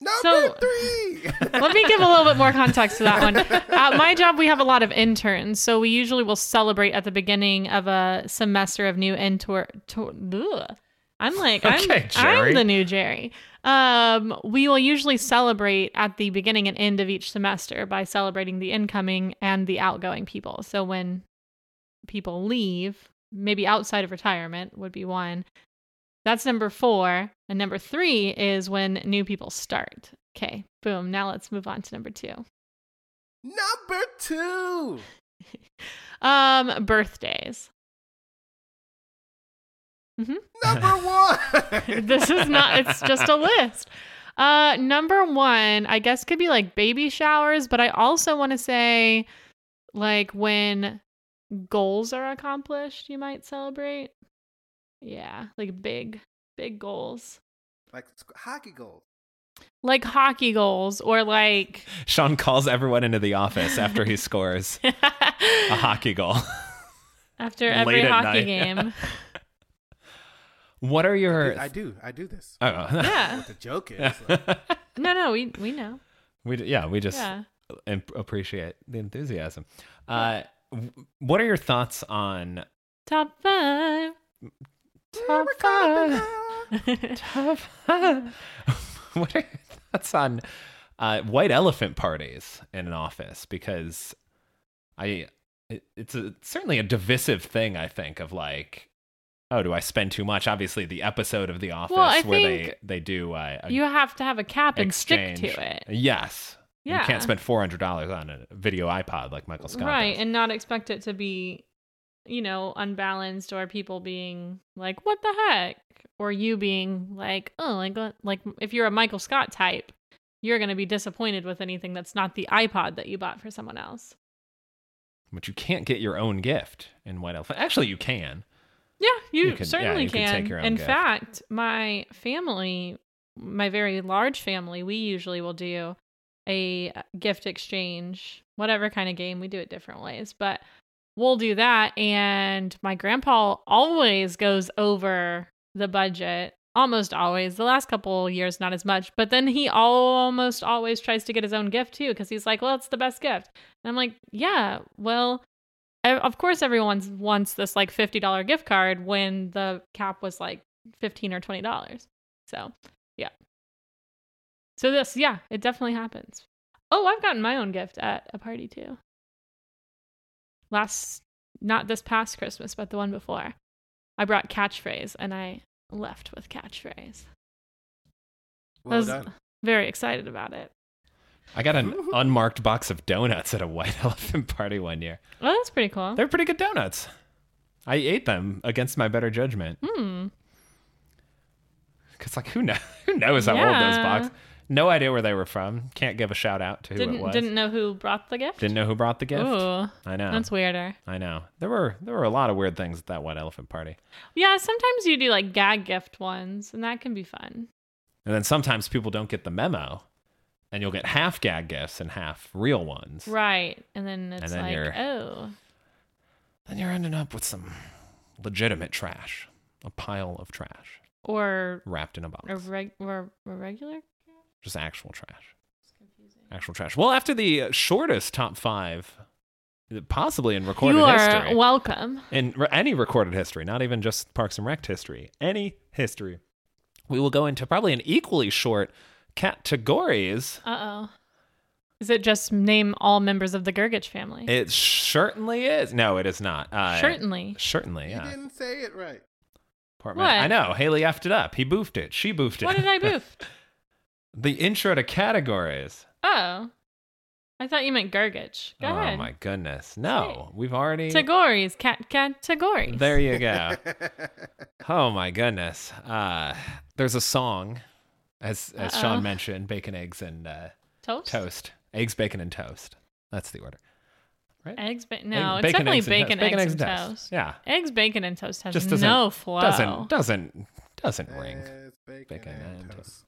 Speaker 4: Number
Speaker 2: So-
Speaker 4: three!
Speaker 2: Let me give a little bit more context to that one. At my job, we have a lot of interns, so we usually will celebrate at the beginning of a semester of new intern. To- ugh. I'm like, I'm,
Speaker 3: Okay, Jerry.
Speaker 2: I'm the new Jerry. Um, we will usually celebrate at the beginning and end of each semester by celebrating the incoming and the outgoing people. So when people leave, maybe outside of retirement would be one. That's number four. And number three is when new people start. Okay, boom. Now let's move on to number two.
Speaker 4: Number two!
Speaker 2: Um, birthdays.
Speaker 4: Number one!
Speaker 2: This is not, it's just a list. Uh, number one, I guess could be like baby showers, but I also want to say like when goals are accomplished, you might celebrate. Yeah, like big, big goals.
Speaker 4: like sc- hockey goals.
Speaker 2: Like hockey goals or like
Speaker 3: Sean calls everyone into the office after he scores a hockey goal.
Speaker 2: After
Speaker 3: Late
Speaker 2: every
Speaker 3: at
Speaker 2: hockey
Speaker 3: night.
Speaker 2: game.
Speaker 3: What are your?
Speaker 4: I do. I do this.
Speaker 3: oh, no.
Speaker 2: Yeah.
Speaker 4: What the joke is. like,
Speaker 2: No, no, we we know.
Speaker 3: we d- yeah we just
Speaker 2: Yeah.
Speaker 3: imp- appreciate the enthusiasm. Uh, w- what are your thoughts on
Speaker 2: Top five.
Speaker 3: Mm, top five? Top five. what are your thoughts on uh, white elephant parties in an office? Because I, it, it's a, certainly a divisive thing. I think of like, oh, do I spend too much? Obviously, the episode of The Office
Speaker 2: I
Speaker 3: where they
Speaker 2: think
Speaker 3: they do uh, a
Speaker 2: you have to have a cap and
Speaker 3: exchange.
Speaker 2: stick to it.
Speaker 3: Yes.
Speaker 2: Yeah.
Speaker 3: You can't spend four hundred dollars on a video iPod like Michael Scott.
Speaker 2: Right,
Speaker 3: does.
Speaker 2: and not expect it to be, you know, unbalanced or people being like, "What the heck?" or you being like, "Oh, like uh, like if you're a Michael Scott type, you're going to be disappointed with anything that's not the iPod that you bought for someone else."
Speaker 3: but you can't get your own gift in White Elephant. Actually, you can.
Speaker 2: Yeah, you,
Speaker 3: You can- yeah,
Speaker 2: certainly
Speaker 3: you can
Speaker 2: can.
Speaker 3: take your own
Speaker 2: In
Speaker 3: gift.
Speaker 2: fact, my family, my very large family, we usually will do a gift exchange, whatever kind of game. We do it different ways, but we'll do that. And my grandpa always goes over the budget, almost always. The last couple years, not as much, but then he almost always tries to get his own gift too, because he's like, well, it's the best gift. And I'm like, yeah, well, e- of course everyone wants this like $50 gift card when the cap was like 15 or $20. So, yeah. So this, yeah, it definitely happens. Oh, I've gotten my own gift at a party too. Last not this past Christmas, but the one before. I brought catchphrase and I left with catchphrase. I
Speaker 4: well
Speaker 2: was
Speaker 4: done.
Speaker 2: very excited about it.
Speaker 3: I got an unmarked box of donuts at a White Elephant party one year.
Speaker 2: Oh, that's pretty cool.
Speaker 3: They're pretty good donuts. I ate them against my better judgment.
Speaker 2: Hmm.
Speaker 3: Cause like who knows who knows how old those
Speaker 2: Yeah.
Speaker 3: boxes? No idea where they were from. Can't give a shout out to who it
Speaker 2: Didn't
Speaker 3: was.
Speaker 2: didn't know who brought the gift.
Speaker 3: Didn't know who brought the gift.
Speaker 2: Ooh,
Speaker 3: I know.
Speaker 2: that's weirder.
Speaker 3: I know. There were there were a lot of weird things at that White Elephant party.
Speaker 2: Yeah, sometimes you do like gag gift ones, and that can be fun.
Speaker 3: And then sometimes people don't get the memo, and you'll get half gag gifts and half real ones.
Speaker 2: Right. And then it's
Speaker 3: And then
Speaker 2: like,
Speaker 3: you're-
Speaker 2: oh,
Speaker 3: Then you're ending up with some legitimate trash, a pile of trash
Speaker 2: or
Speaker 3: wrapped in a box,
Speaker 2: a, reg- or a regular?
Speaker 3: just actual trash. Actual trash. Well, after the uh, shortest top five, uh, possibly in recorded
Speaker 2: you are
Speaker 3: history,
Speaker 2: welcome.
Speaker 3: in re- any recorded history, not even just Parks and Rec history, any history, we will go into probably an equally short categories.
Speaker 2: Uh oh. Is it just name all members of the Gergich family?
Speaker 3: It certainly is. No, it is not. Uh,
Speaker 2: Certainly.
Speaker 3: Certainly,
Speaker 4: You
Speaker 3: yeah.
Speaker 4: didn't say it right.
Speaker 3: Apartment.
Speaker 2: What?
Speaker 3: I know. Haley effed it up. He boofed it. She boofed it.
Speaker 2: What did I boof?
Speaker 3: the intro to categories.
Speaker 2: oh. I thought you meant Gergich. Go
Speaker 3: oh
Speaker 2: ahead.
Speaker 3: my goodness. No, we've already.
Speaker 2: Categories. Cat categories.
Speaker 3: There you go. oh my goodness. Uh, there's a song, as as
Speaker 2: Uh-oh.
Speaker 3: Sean mentioned, bacon, eggs, and uh,
Speaker 2: Toast?
Speaker 3: toast. Eggs, bacon, and toast. That's the order.
Speaker 2: Eggs. Ba- no,
Speaker 3: Egg-
Speaker 2: it's definitely
Speaker 3: eggs, and
Speaker 2: bacon,
Speaker 3: toast.
Speaker 2: eggs, and
Speaker 3: eggs,
Speaker 2: toast.
Speaker 3: Yeah,
Speaker 2: Eggs, bacon, and toast has
Speaker 3: Just doesn't-
Speaker 2: no Uh, flow.
Speaker 3: doesn't doesn't doesn't ring.
Speaker 4: It's bacon,
Speaker 3: Bacon
Speaker 4: and
Speaker 3: and
Speaker 4: toast.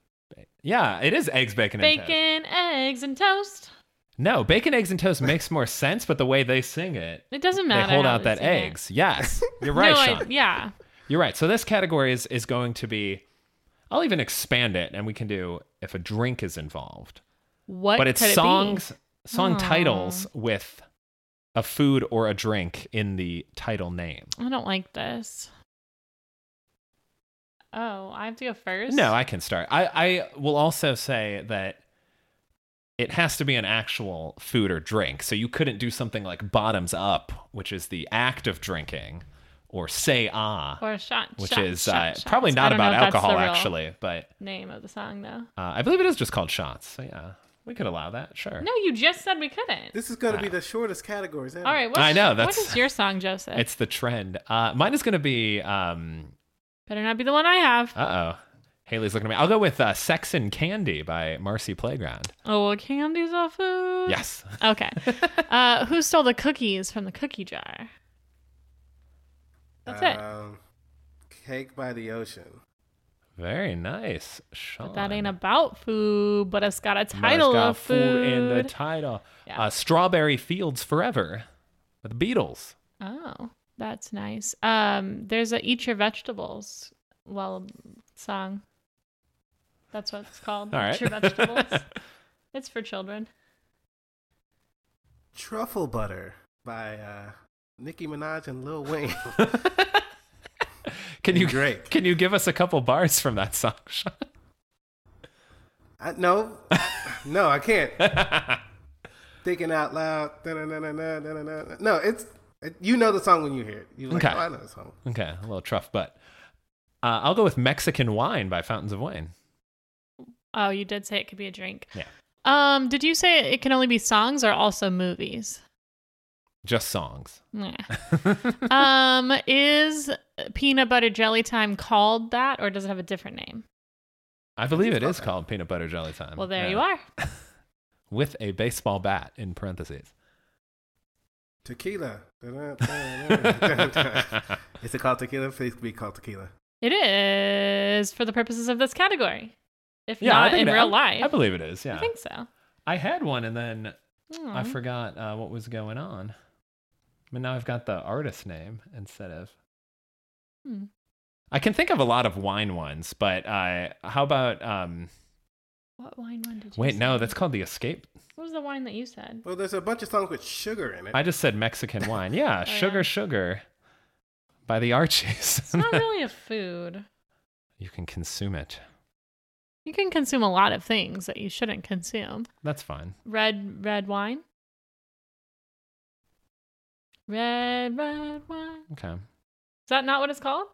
Speaker 3: Yeah, it is eggs, bacon, and toast.
Speaker 2: Bacon, eggs, and toast.
Speaker 3: No, bacon, eggs, and toast makes more sense, but the way they sing it,
Speaker 2: It doesn't matter.
Speaker 3: they hold
Speaker 2: how
Speaker 3: out that
Speaker 2: sing it.
Speaker 3: eggs. Yes, you're right,
Speaker 2: no, I-
Speaker 3: Sean.
Speaker 2: yeah.
Speaker 3: You're right. So this category is is going to be. I'll even expand it, and we can do if a drink is involved.
Speaker 2: What?
Speaker 3: but it's
Speaker 2: could it be?
Speaker 3: songs, song
Speaker 2: Aw.
Speaker 3: titles with a food or a drink in the title name.
Speaker 2: I don't like this. Oh, I have to go first.
Speaker 3: No, I can start. I, I will also say that it has to be an actual food or drink. So you couldn't do something like bottoms up, which is the act of drinking, or say ah,
Speaker 2: or shot,
Speaker 3: which
Speaker 2: shot,
Speaker 3: is
Speaker 2: shot,
Speaker 3: uh,
Speaker 2: shots.
Speaker 3: probably
Speaker 2: I
Speaker 3: not
Speaker 2: don't know
Speaker 3: about
Speaker 2: if that's the
Speaker 3: alcohol,
Speaker 2: real
Speaker 3: actually, but
Speaker 2: Name of the song though.
Speaker 3: uh, I believe it is just called shots. So yeah, we could allow that. Sure.
Speaker 2: No, you just said we couldn't.
Speaker 4: This is going to be the shortest categories ever.
Speaker 2: All right. What's,
Speaker 3: I know,
Speaker 2: what
Speaker 3: that's-
Speaker 2: is your song, Joseph?
Speaker 3: It's the trend. Uh, mine is going to be. Um,
Speaker 2: better not be the one I have.
Speaker 3: uh oh. Haley's looking at me. I'll go with uh, Sex and Candy by Marcy Playground.
Speaker 2: Oh, well, candies are food.
Speaker 3: Yes.
Speaker 2: Okay. uh, who stole the cookies from the cookie jar? That's it.
Speaker 4: Um, Cake by the Ocean.
Speaker 3: Very nice. Sean.
Speaker 2: That ain't about food, but it's got a
Speaker 3: But it's
Speaker 2: title
Speaker 3: got
Speaker 2: of food.
Speaker 3: in the title.
Speaker 2: Yeah.
Speaker 3: Uh, Strawberry Fields Forever, by the Beatles.
Speaker 2: oh, that's nice. Um, there's a eat your vegetables well song. That's what it's called.
Speaker 3: All right.
Speaker 2: Eat Your vegetables. it's for children.
Speaker 4: Truffle Butter by uh, Nicki Minaj and Lil Wayne.
Speaker 3: Can you
Speaker 4: Great.
Speaker 3: Can you give us a couple bars from that song? Sean?
Speaker 4: I, no, no, I can't. Thinking out loud. da-na-na-na-na, da-na-na-na. No, it's it- you know the song when you hear it. You're like,
Speaker 3: Okay.
Speaker 4: oh, I know the song.
Speaker 3: okay, a little truff, but uh, I'll go with Mexican wine by Fountains of Wayne.
Speaker 2: Oh, you did say it could be a drink.
Speaker 3: Yeah.
Speaker 2: Um, did you say it can only be songs or also movies?
Speaker 3: Just songs.
Speaker 2: Nah. um, is peanut butter jelly time called that, or does it have a different name?
Speaker 3: I believe it is
Speaker 4: Okay.
Speaker 3: called Peanut Butter Jelly Time.
Speaker 2: Well, there
Speaker 3: Yeah.
Speaker 2: you are.
Speaker 3: With a baseball bat in parentheses.
Speaker 4: Tequila. Da-da-da-da-da.
Speaker 3: okay.
Speaker 4: Is it called tequila? Please be called tequila.
Speaker 2: It is for the purposes of this category. If
Speaker 3: Yeah, I
Speaker 2: not
Speaker 3: think
Speaker 2: in
Speaker 3: it-
Speaker 2: real life,
Speaker 3: I believe it is. Yeah.
Speaker 2: I think so.
Speaker 3: I had one and then I
Speaker 2: Mm.
Speaker 3: forgot uh, what was going on. But now I've got the artist name instead of.
Speaker 2: Hmm.
Speaker 3: I can think of a lot of wine ones, but uh, how about? Um,
Speaker 2: What wine one did you?
Speaker 3: wait,
Speaker 2: say?
Speaker 3: no, that's called the Escape.
Speaker 2: What was the wine that you said?
Speaker 4: Well, there's a bunch of songs with sugar in it.
Speaker 3: I just said Mexican wine. Yeah,
Speaker 2: Oh, yeah.
Speaker 3: Sugar Sugar, by the Archies.
Speaker 2: It's not really a food.
Speaker 3: you can consume it.
Speaker 2: You can consume a lot of things that you shouldn't consume.
Speaker 3: That's fine.
Speaker 2: Red, red wine. Red, red wine.
Speaker 3: Okay,
Speaker 2: Is that not what it's called?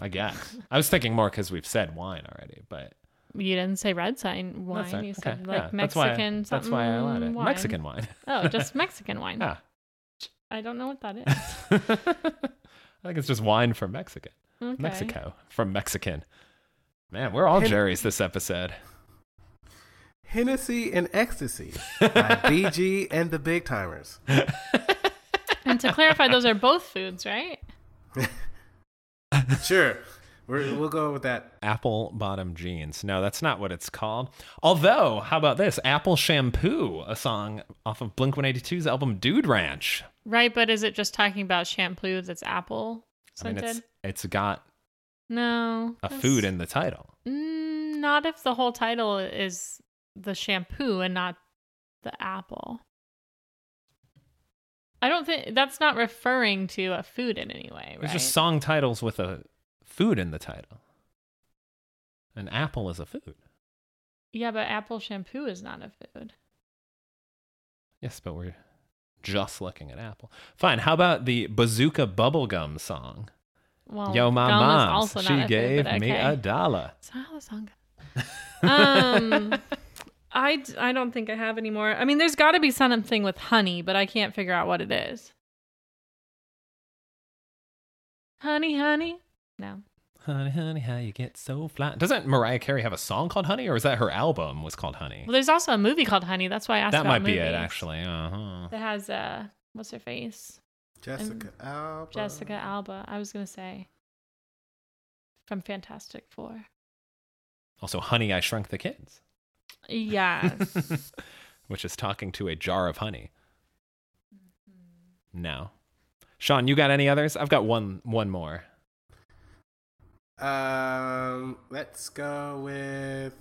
Speaker 3: I guess. I was thinking more because we've said wine already, but
Speaker 2: You didn't say red sign wine.
Speaker 3: that's all right.
Speaker 2: You
Speaker 3: Okay,
Speaker 2: said
Speaker 3: yeah,
Speaker 2: like
Speaker 3: that's why-
Speaker 2: Mexican something.
Speaker 3: That's why I allowed it.
Speaker 2: wine.
Speaker 3: Mexican wine.
Speaker 2: Oh, just Mexican wine.
Speaker 3: yeah.
Speaker 2: I don't know what that
Speaker 3: I
Speaker 2: is.
Speaker 3: think it's just wine from Mexican.
Speaker 2: Okay.
Speaker 3: Mexico from Mexican. Man, we're all
Speaker 4: Hen-
Speaker 3: Jerry's this episode.
Speaker 4: Hennessy and Ecstasy by BG and the Big Timers.
Speaker 2: And to clarify, those are both foods, right?
Speaker 4: Sure. We're, we'll go with that.
Speaker 3: Apple bottom jeans. No, that's not what it's called. Although, how about this? Apple Shampoo, a song off of Blink 182's album Dude Ranch.
Speaker 2: Right, but is it just talking about shampoo that's apple
Speaker 3: I mean,
Speaker 2: scented?
Speaker 3: it's, it's got
Speaker 2: no.
Speaker 3: a
Speaker 2: that's-
Speaker 3: food in the title.
Speaker 2: Mm, not if the whole title is the shampoo and not the apple. I don't think that's not referring to a food in any way, right?
Speaker 3: There's just song titles with a food in the title. An apple is a food.
Speaker 2: yeah, but apple shampoo is not a food.
Speaker 3: Yes, but we're just looking at Apple. Fine. How about the Bazooka Bubblegum song?
Speaker 2: Well,
Speaker 3: Yo, my
Speaker 2: gum is
Speaker 3: mom,
Speaker 2: also
Speaker 3: she
Speaker 2: not a
Speaker 3: gave
Speaker 2: food, but
Speaker 3: me
Speaker 2: okay.
Speaker 3: a dollar.
Speaker 2: It's not how the song goes. um, I, d- I don't think I have any more. I mean, there's got to be something with honey, but I can't figure out what it is. Honey, honey. No.
Speaker 3: Honey, honey, how you get so fly? Doesn't Mariah Carey have a song called Honey, or is that her album was called Honey?
Speaker 2: Well, there's also a movie called Honey. That's why I asked
Speaker 3: that
Speaker 2: about
Speaker 3: might be it,
Speaker 2: movies.
Speaker 3: actually. Uh-huh.
Speaker 2: That has uh, what's her face?
Speaker 4: Jessica Alba.
Speaker 3: Uh.
Speaker 2: Jessica Alba. I was gonna say from Fantastic Four.
Speaker 3: Also, Honey, I Shrunk the Kids,
Speaker 2: Yes.
Speaker 3: which is talking to a jar of honey.
Speaker 2: Mm-hmm.
Speaker 3: No. Sean, you got any others? I've got one one more.
Speaker 4: Um, let's go with.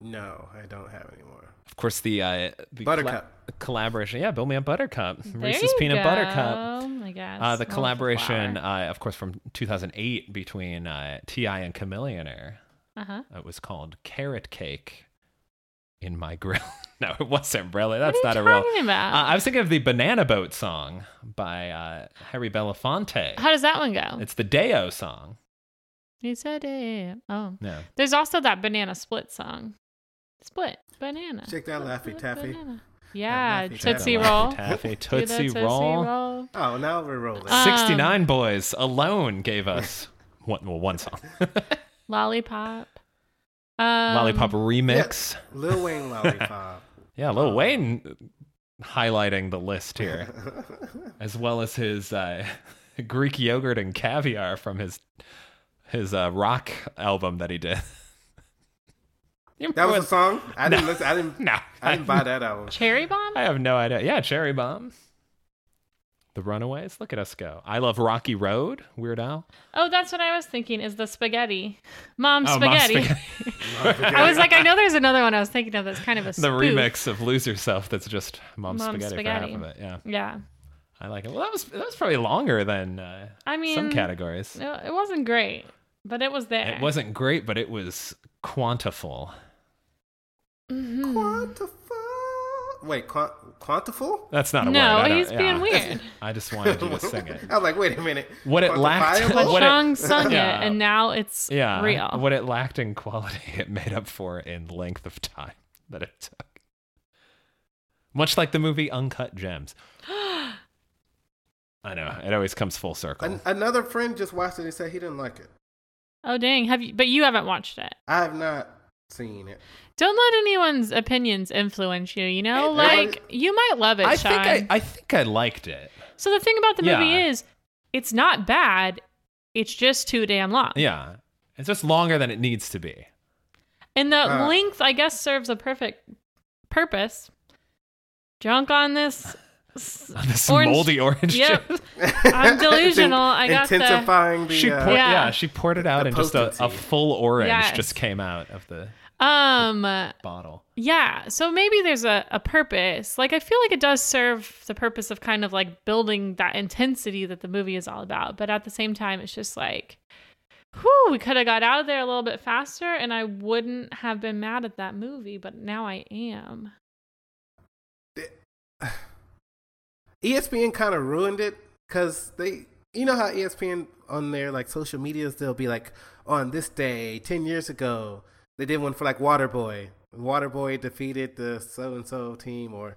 Speaker 4: No, I don't have any more.
Speaker 3: Of course, the, uh, the
Speaker 4: Buttercup.
Speaker 3: colla- collaboration. Yeah, Build Me a Buttercup.
Speaker 2: There
Speaker 3: Reese's
Speaker 2: you go.
Speaker 3: Peanut Buttercup.
Speaker 2: Oh my gosh.
Speaker 3: Uh, the
Speaker 2: Smell
Speaker 3: collaboration,
Speaker 2: flower.
Speaker 3: uh, of course, from 2008 between uh, Ti and Chameleonaire. Uh,
Speaker 2: Uh-huh.
Speaker 3: It was called Carrot Cake in My Grill. no, it wasn't really.
Speaker 2: What
Speaker 3: That's
Speaker 2: are
Speaker 3: not
Speaker 2: you
Speaker 3: a real.
Speaker 2: talking
Speaker 3: Uh,
Speaker 2: about?
Speaker 3: I was thinking of the Banana Boat song by uh, Harry Belafonte.
Speaker 2: How does that one go?
Speaker 3: It's the Deo song.
Speaker 2: You said it. Oh.
Speaker 3: No.
Speaker 2: There's also that banana split song. Split. Banana.
Speaker 4: Shake that Laffy Taffy.
Speaker 2: Banana. Yeah.
Speaker 4: Laffy
Speaker 2: Tootsie
Speaker 4: Taffy.
Speaker 2: Roll.
Speaker 3: Laffy Taffy,
Speaker 2: Do the
Speaker 3: Tootsie Roll.
Speaker 4: Oh, now we're rolling.
Speaker 2: Uh,
Speaker 3: 69 Boys alone gave us one, well, one song.
Speaker 2: Lollipop. Um,
Speaker 3: Lollipop remix.
Speaker 4: Lil Wayne Lollipop.
Speaker 3: Yeah, Lil Wayne highlighting the list here, as well as his uh, Greek yogurt and caviar from his his uh, rock album that he did. You
Speaker 4: That was a
Speaker 3: remember-
Speaker 4: song. I didn't listen. I didn't.
Speaker 3: no.
Speaker 4: I didn't buy that album.
Speaker 2: Cherry Bomb?
Speaker 3: I have no idea. Yeah, Cherry Bomb. The Runaways. Look at us go. I love Rocky Road. Weird Al.
Speaker 2: Oh, that's what I was thinking is the spaghetti. Mom
Speaker 3: Oh, Mom's
Speaker 2: spaghetti.
Speaker 4: Spaghetti.
Speaker 2: I was like, I know there's another one I was thinking of that's kind of a
Speaker 3: the
Speaker 2: spoof.
Speaker 3: remix of Lose Yourself. That's just Mom's,
Speaker 2: Mom's
Speaker 3: spaghetti,
Speaker 2: Spaghetti.
Speaker 3: for half of it. Yeah,
Speaker 2: Yeah.
Speaker 3: I like it. Well, that was that was probably longer than uh,
Speaker 2: I mean,
Speaker 3: some categories.
Speaker 2: no, it wasn't great, but it was there.
Speaker 3: It wasn't great, but it was quantiful.
Speaker 2: Mhm.
Speaker 4: Quantiful. Wait, quant- quantiful?
Speaker 3: That's not a
Speaker 2: No,
Speaker 3: word. I don't-
Speaker 2: he's being weird.
Speaker 3: I just wanted you to sing it.
Speaker 4: I was like, wait a minute.
Speaker 3: What it lacked-
Speaker 4: Quantifiable?
Speaker 2: But
Speaker 3: What it-
Speaker 2: Sean sung
Speaker 3: Yeah.
Speaker 2: it, and now it's
Speaker 3: Yeah,
Speaker 2: real.
Speaker 3: What it lacked in quality, it made up for in length of time that it took. Much like the movie Uncut Gems. I know it always comes full circle.
Speaker 4: An- another friend just watched it and said he didn't like it.
Speaker 2: oh dang! Have you? But you haven't watched it.
Speaker 4: I have not seen it.
Speaker 2: Don't let anyone's opinions influence you. You know,
Speaker 4: Hey,
Speaker 2: like you might love it,
Speaker 3: I
Speaker 2: Sean.
Speaker 3: think I, I think I liked it.
Speaker 2: so the thing about the movie
Speaker 3: Yeah.
Speaker 2: is, it's not bad. It's just too damn long.
Speaker 3: Yeah, it's just longer than it needs to be.
Speaker 2: And the
Speaker 4: Uh.
Speaker 2: length, I guess, serves a perfect purpose. Junk on this. s-
Speaker 3: This
Speaker 2: Orange-
Speaker 3: moldy orange
Speaker 2: yep.
Speaker 3: juice.
Speaker 2: I'm delusional. I got the-
Speaker 4: intensifying the.
Speaker 3: She
Speaker 4: uh,
Speaker 3: poured, yeah.
Speaker 2: Yeah.
Speaker 3: she poured it out,
Speaker 4: The
Speaker 3: and just a, a
Speaker 4: potency.
Speaker 3: full orange
Speaker 2: Yes.
Speaker 3: just came out of the
Speaker 2: Um.
Speaker 3: bottle.
Speaker 2: Yeah. So maybe there's a, a purpose. Like I feel like it does serve the purpose of kind of like building that intensity that the movie is all about. But at the same time, it's just like, whew, we could have got out of there a little bit faster and I wouldn't have been mad at that movie, but now I am.
Speaker 4: ESPN kind of ruined it because they, you know how E ESPN on their like social medias they'll be like, on this day ten years ago they did one for like Waterboy. Waterboy defeated the so and so team, or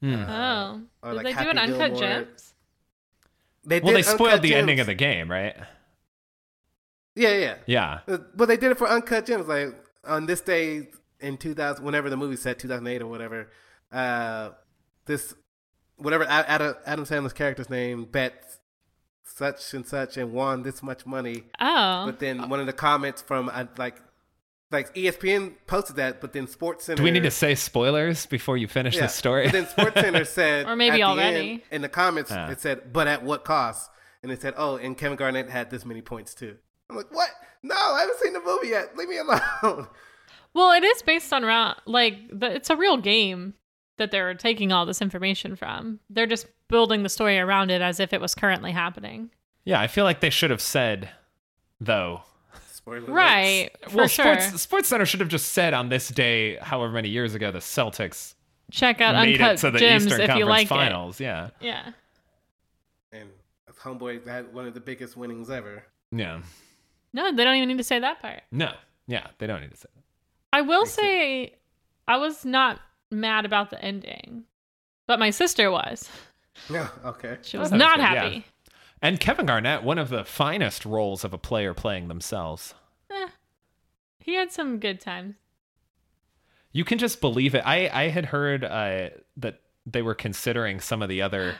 Speaker 3: Hmm.
Speaker 2: Oh.
Speaker 4: Uh, or,
Speaker 2: Did
Speaker 4: like,
Speaker 2: they do
Speaker 4: Happy
Speaker 2: an uncut
Speaker 4: Gilmore.
Speaker 2: gems?
Speaker 4: they
Speaker 3: well,
Speaker 4: did
Speaker 3: they spoiled
Speaker 4: Uncut
Speaker 3: the
Speaker 4: Gems.
Speaker 3: ending of the game, right?
Speaker 4: yeah, yeah.
Speaker 3: Yeah.
Speaker 4: Uh, But they did it for Uncut Gems, like on this day in 2000, whenever the movie set 2008 or whatever. Uh, this whatever A- Ad- Adam Sandler's character's name bet such and such and won this much money.
Speaker 2: Oh.
Speaker 4: But then one of the comments from uh, like like E ESPN posted that, but then Sports Center.
Speaker 3: Do we need to say spoilers before you finish the story?
Speaker 4: But then Sports Center said,
Speaker 2: Or maybe
Speaker 4: at the
Speaker 2: already.
Speaker 4: end, in the comments,
Speaker 3: Ah.
Speaker 4: it said, "But at what cost?" And it said, "Oh, and Kevin Garnett had this many points too." I'm like, "What? No, I haven't seen the movie yet. Leave me alone."
Speaker 2: Well, it is based on round like the, it's a real game that they're taking all this information from. They're just building the story around it as if it was currently happening.
Speaker 3: yeah, I feel like they should have said, though.
Speaker 4: Spoiler alert.
Speaker 2: Right. For
Speaker 3: well,
Speaker 2: sure.
Speaker 3: Sports, Sports Center should have just said on this day, however many years ago, the Celtics
Speaker 2: Check out
Speaker 3: made
Speaker 2: Uncut
Speaker 3: it to the
Speaker 2: Gems
Speaker 3: Eastern
Speaker 2: if
Speaker 3: Conference
Speaker 2: you like
Speaker 3: Finals. Yeah.
Speaker 2: it. Yeah.
Speaker 4: And Homeboy had one of the biggest winnings ever.
Speaker 3: Yeah.
Speaker 2: No, they don't even need to say that part.
Speaker 3: No. Yeah. They don't need to say that.
Speaker 2: I will say I was not mad about the ending. But my sister was.
Speaker 4: No, okay.
Speaker 2: She
Speaker 3: Oh,
Speaker 2: was
Speaker 3: that was
Speaker 2: not
Speaker 3: good, yeah.
Speaker 2: happy.
Speaker 3: And Kevin Garnett, one of the finest roles of a player playing themselves.
Speaker 2: Eh. He had some good times.
Speaker 3: You can just believe it. I, I had heard uh, that they were considering some of the other.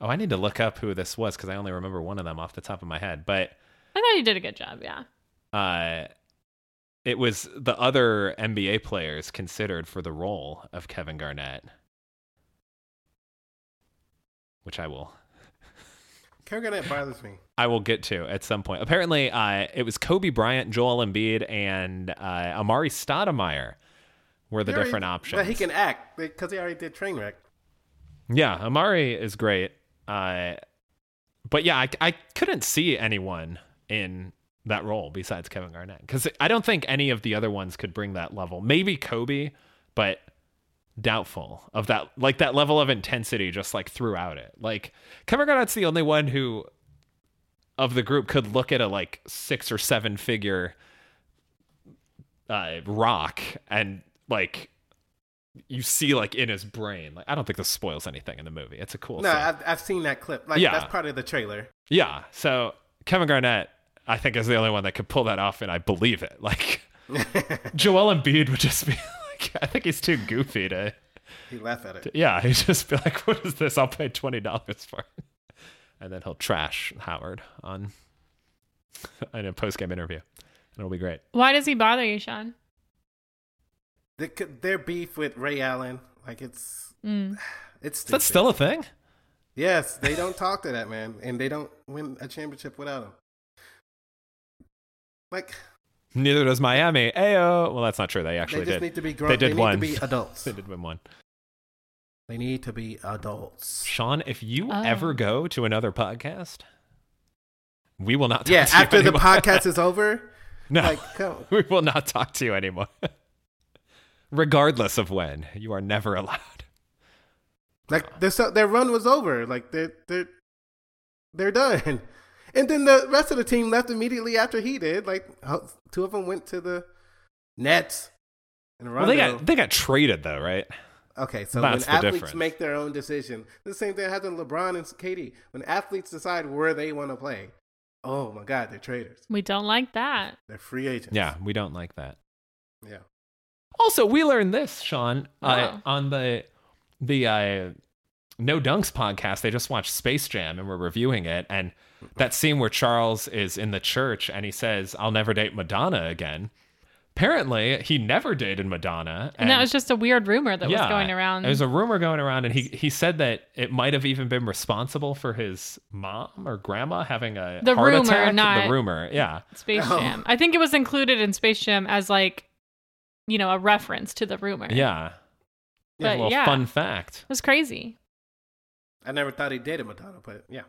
Speaker 3: Oh, I need to look up who this was because I only remember one of them off the top of my head. But
Speaker 2: I thought he did a good job, yeah.
Speaker 3: uh, it was the other NBA players considered for the role of Kevin Garnett, which I will
Speaker 4: Kevin Garnett bothers me.
Speaker 3: I will get to at some point. Apparently, uh, it was Kobe Bryant, Joel Embiid, and uh, Amari Stoudemire were the
Speaker 4: He already-
Speaker 3: different options.
Speaker 4: But he can act because he already did Trainwreck.
Speaker 3: Yeah, Amari is great. Uh, but yeah, I, I couldn't see anyone in that role besides Kevin Garnett because I don't think any of the other ones could bring that level. Maybe Kobe, but doubtful of that, like that level of intensity just like throughout it. Like Kevin Garnett's the only one who of the group could look at a like six or seven figure uh, rock and like you see like in his brain. Like I don't think this spoils anything in the movie. It's a cool.
Speaker 4: no,
Speaker 3: scene.
Speaker 4: I've, I've seen that clip. Like
Speaker 3: Yeah.
Speaker 4: that's part of the trailer.
Speaker 3: Yeah. So Kevin Garnett, I think, is the only one that could pull that off, and I believe it. Like Joel Embiid would just be like, I think he's too goofy to.
Speaker 4: He laughed at it.
Speaker 3: Yeah, he'd just be like, "What is this? I'll pay twenty dollars for it," and then he'll trash Howard on in a post game interview. And It'll be great.
Speaker 2: Why does he bother you, Sean?
Speaker 4: The, their beef with Ray Allen, like it's
Speaker 2: Mm.
Speaker 4: it's
Speaker 3: Is that
Speaker 4: stupid.
Speaker 3: still a thing?
Speaker 4: Yes, they don't talk to that man, and they don't win a championship without him. Like
Speaker 3: Neither does Miami. Ayo. Well, that's not true. They actually
Speaker 4: they just
Speaker 3: did.
Speaker 4: need to be grown.
Speaker 3: They did
Speaker 4: need
Speaker 3: one.
Speaker 4: to be adults.
Speaker 3: they did win one.
Speaker 4: They need to be adults.
Speaker 3: Sean, if you
Speaker 2: Oh.
Speaker 3: ever go to another podcast, we will not. Talk
Speaker 4: Yeah,
Speaker 3: to you
Speaker 4: after the
Speaker 3: anymore.
Speaker 4: podcast is over,
Speaker 3: no,
Speaker 4: like come.
Speaker 3: we will not talk to you anymore. Regardless of when, you are never allowed.
Speaker 4: Like their so, their run was over. Like they're they're they're done. And then the rest of the team left immediately after he did. Like ho- two of them went to the Nets. And
Speaker 3: Well,
Speaker 4: Rondo.
Speaker 3: they got they got traded though, right?
Speaker 4: okay, so
Speaker 3: That's the
Speaker 4: when athletes
Speaker 3: difference.
Speaker 4: make their own decision, the same thing happened to LeBron and KD. When athletes decide where they want to play, oh my God, they're traders.
Speaker 2: We don't like that.
Speaker 4: They're free agents.
Speaker 3: Yeah, we don't like that.
Speaker 4: yeah.
Speaker 3: Also, we learned this, Sean, uh,
Speaker 2: Wow.
Speaker 3: on the the uh, No Dunks podcast. They just watched Space Jam and we're reviewing it, and that scene where Charles is in the church and he says, "I'll never date Madonna again." Apparently, he never dated Madonna,
Speaker 2: And, that was just a weird rumor that was going around.
Speaker 3: There's a rumor going around, and he he said that it might have even been responsible for his mom or grandma having a
Speaker 2: The
Speaker 3: heart
Speaker 2: rumor,
Speaker 3: attack.
Speaker 2: not-
Speaker 3: the rumor, yeah.
Speaker 2: Space
Speaker 4: Oh.
Speaker 2: Jam. I think it was included in Space Jam as like, you know, a reference to the rumor.
Speaker 3: Yeah.
Speaker 2: But
Speaker 3: well,
Speaker 2: yeah.
Speaker 3: fun fact.
Speaker 2: It was crazy.
Speaker 4: I never thought he dated Madonna, but yeah.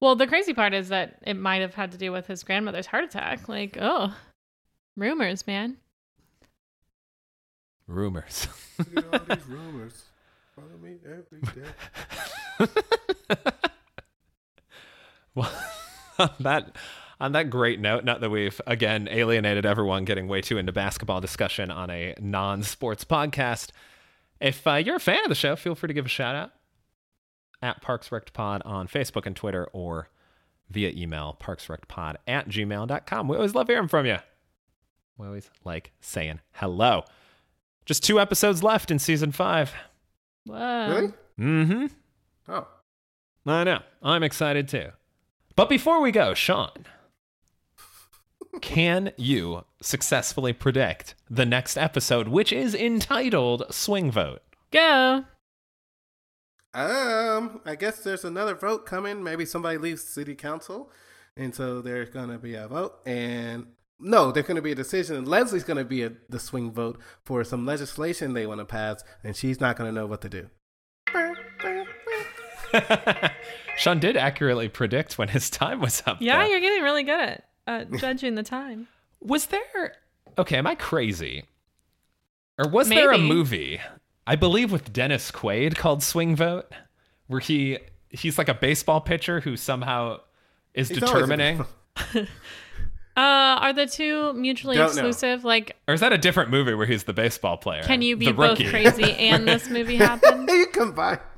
Speaker 2: Well, the crazy part is that it might have had to do with his grandmother's heart attack. Like, oh, rumors, man.
Speaker 3: Rumors.
Speaker 4: rumors. Follow me every day.
Speaker 3: well, on that on that great note, not that we've again alienated everyone getting way too into basketball discussion on a non-sports podcast. If uh, you're a fan of the show, feel free to give a shout out at Parks Rect Pod on Facebook and Twitter or via email parksrectpod at gmail.com. We always love hearing from you. We always like saying hello. Just two episodes left in season five.
Speaker 2: Whoa.
Speaker 4: Really?
Speaker 3: Mm-hmm.
Speaker 4: Oh.
Speaker 3: I know. I'm excited too. But before we go, Sean, can you successfully predict the next episode, which is entitled Swing Vote?
Speaker 2: Go.
Speaker 4: Um, I guess there's another vote coming. Maybe somebody leaves city council, and so there's gonna be a vote. And no, there's gonna be a decision. And Leslie's gonna be a, the swing vote for some legislation they want to pass, and she's not gonna know what to do.
Speaker 3: Sean did accurately predict when his time was up.
Speaker 2: Yeah,
Speaker 3: though.
Speaker 2: you're getting really good at uh, judging the time.
Speaker 3: Was there. Okay, am I crazy? Or was there a
Speaker 2: Maybe.
Speaker 3: movie, I believe with Dennis Quaid called Swing Vote, where he he's like a baseball pitcher who somehow is
Speaker 4: He's always a-
Speaker 3: determining.
Speaker 2: Uh, are the two mutually
Speaker 4: Don't know. Uh,
Speaker 2: exclusive? Like,
Speaker 3: Or is that a different movie where he's the baseball player?
Speaker 2: can you be
Speaker 3: the
Speaker 2: both
Speaker 3: rookie?
Speaker 2: crazy and this movie happen?
Speaker 4: you combine.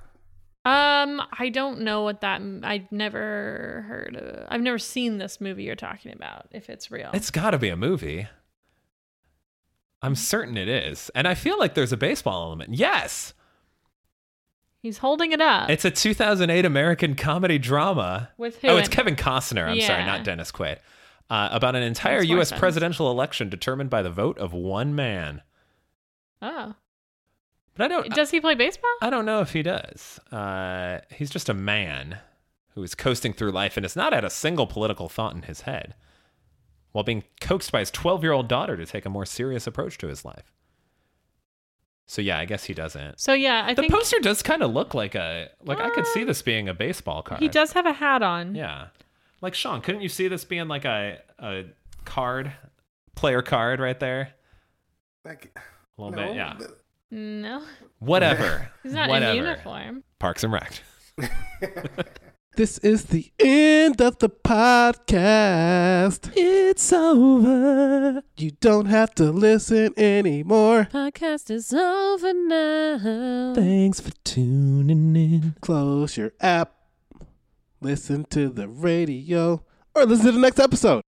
Speaker 2: Um, I don't know what that. m- I've never heard of. I've never seen this movie you're talking about. If it's real,
Speaker 3: It's got to be a movie. I'm certain it is. And I feel like there's a baseball element. Yes.
Speaker 2: he's holding it up.
Speaker 3: It's a 2008 American comedy drama.
Speaker 2: With who
Speaker 3: Oh, it's
Speaker 2: in-
Speaker 3: Kevin Costner. I'm sorry,
Speaker 2: Yeah.
Speaker 3: not Dennis Quaid. Uh, about an entire
Speaker 2: That's more
Speaker 3: U.S.
Speaker 2: sense.
Speaker 3: presidential election determined by the vote of one man.
Speaker 2: oh,
Speaker 3: But I don't.
Speaker 2: does he play baseball?
Speaker 3: I don't know if he does. Uh, he's just a man who is coasting through life and has not had a single political thought in his head while being coaxed by his 12 year old daughter to take a more serious approach to his life. So, yeah, I guess he doesn't.
Speaker 2: So yeah, I
Speaker 3: the
Speaker 2: think Uh,
Speaker 3: poster does kind of look like a, like, I could see this being a baseball card.
Speaker 2: he does have a hat on.
Speaker 3: Yeah. Like, Sean, couldn't you see this being like a, a card, player card right there?
Speaker 4: Like,
Speaker 3: A little
Speaker 4: no,
Speaker 3: bit, yeah.
Speaker 4: th-
Speaker 2: No,
Speaker 3: Whatever.
Speaker 2: he's not
Speaker 3: Whatever.
Speaker 2: in uniform.
Speaker 3: Parks and Rec.
Speaker 1: This is the end of the podcast. It's over. You don't have to listen anymore.
Speaker 2: Podcast is over now.
Speaker 1: Thanks for tuning in. Close your app, listen to the radio, or listen to the next episode.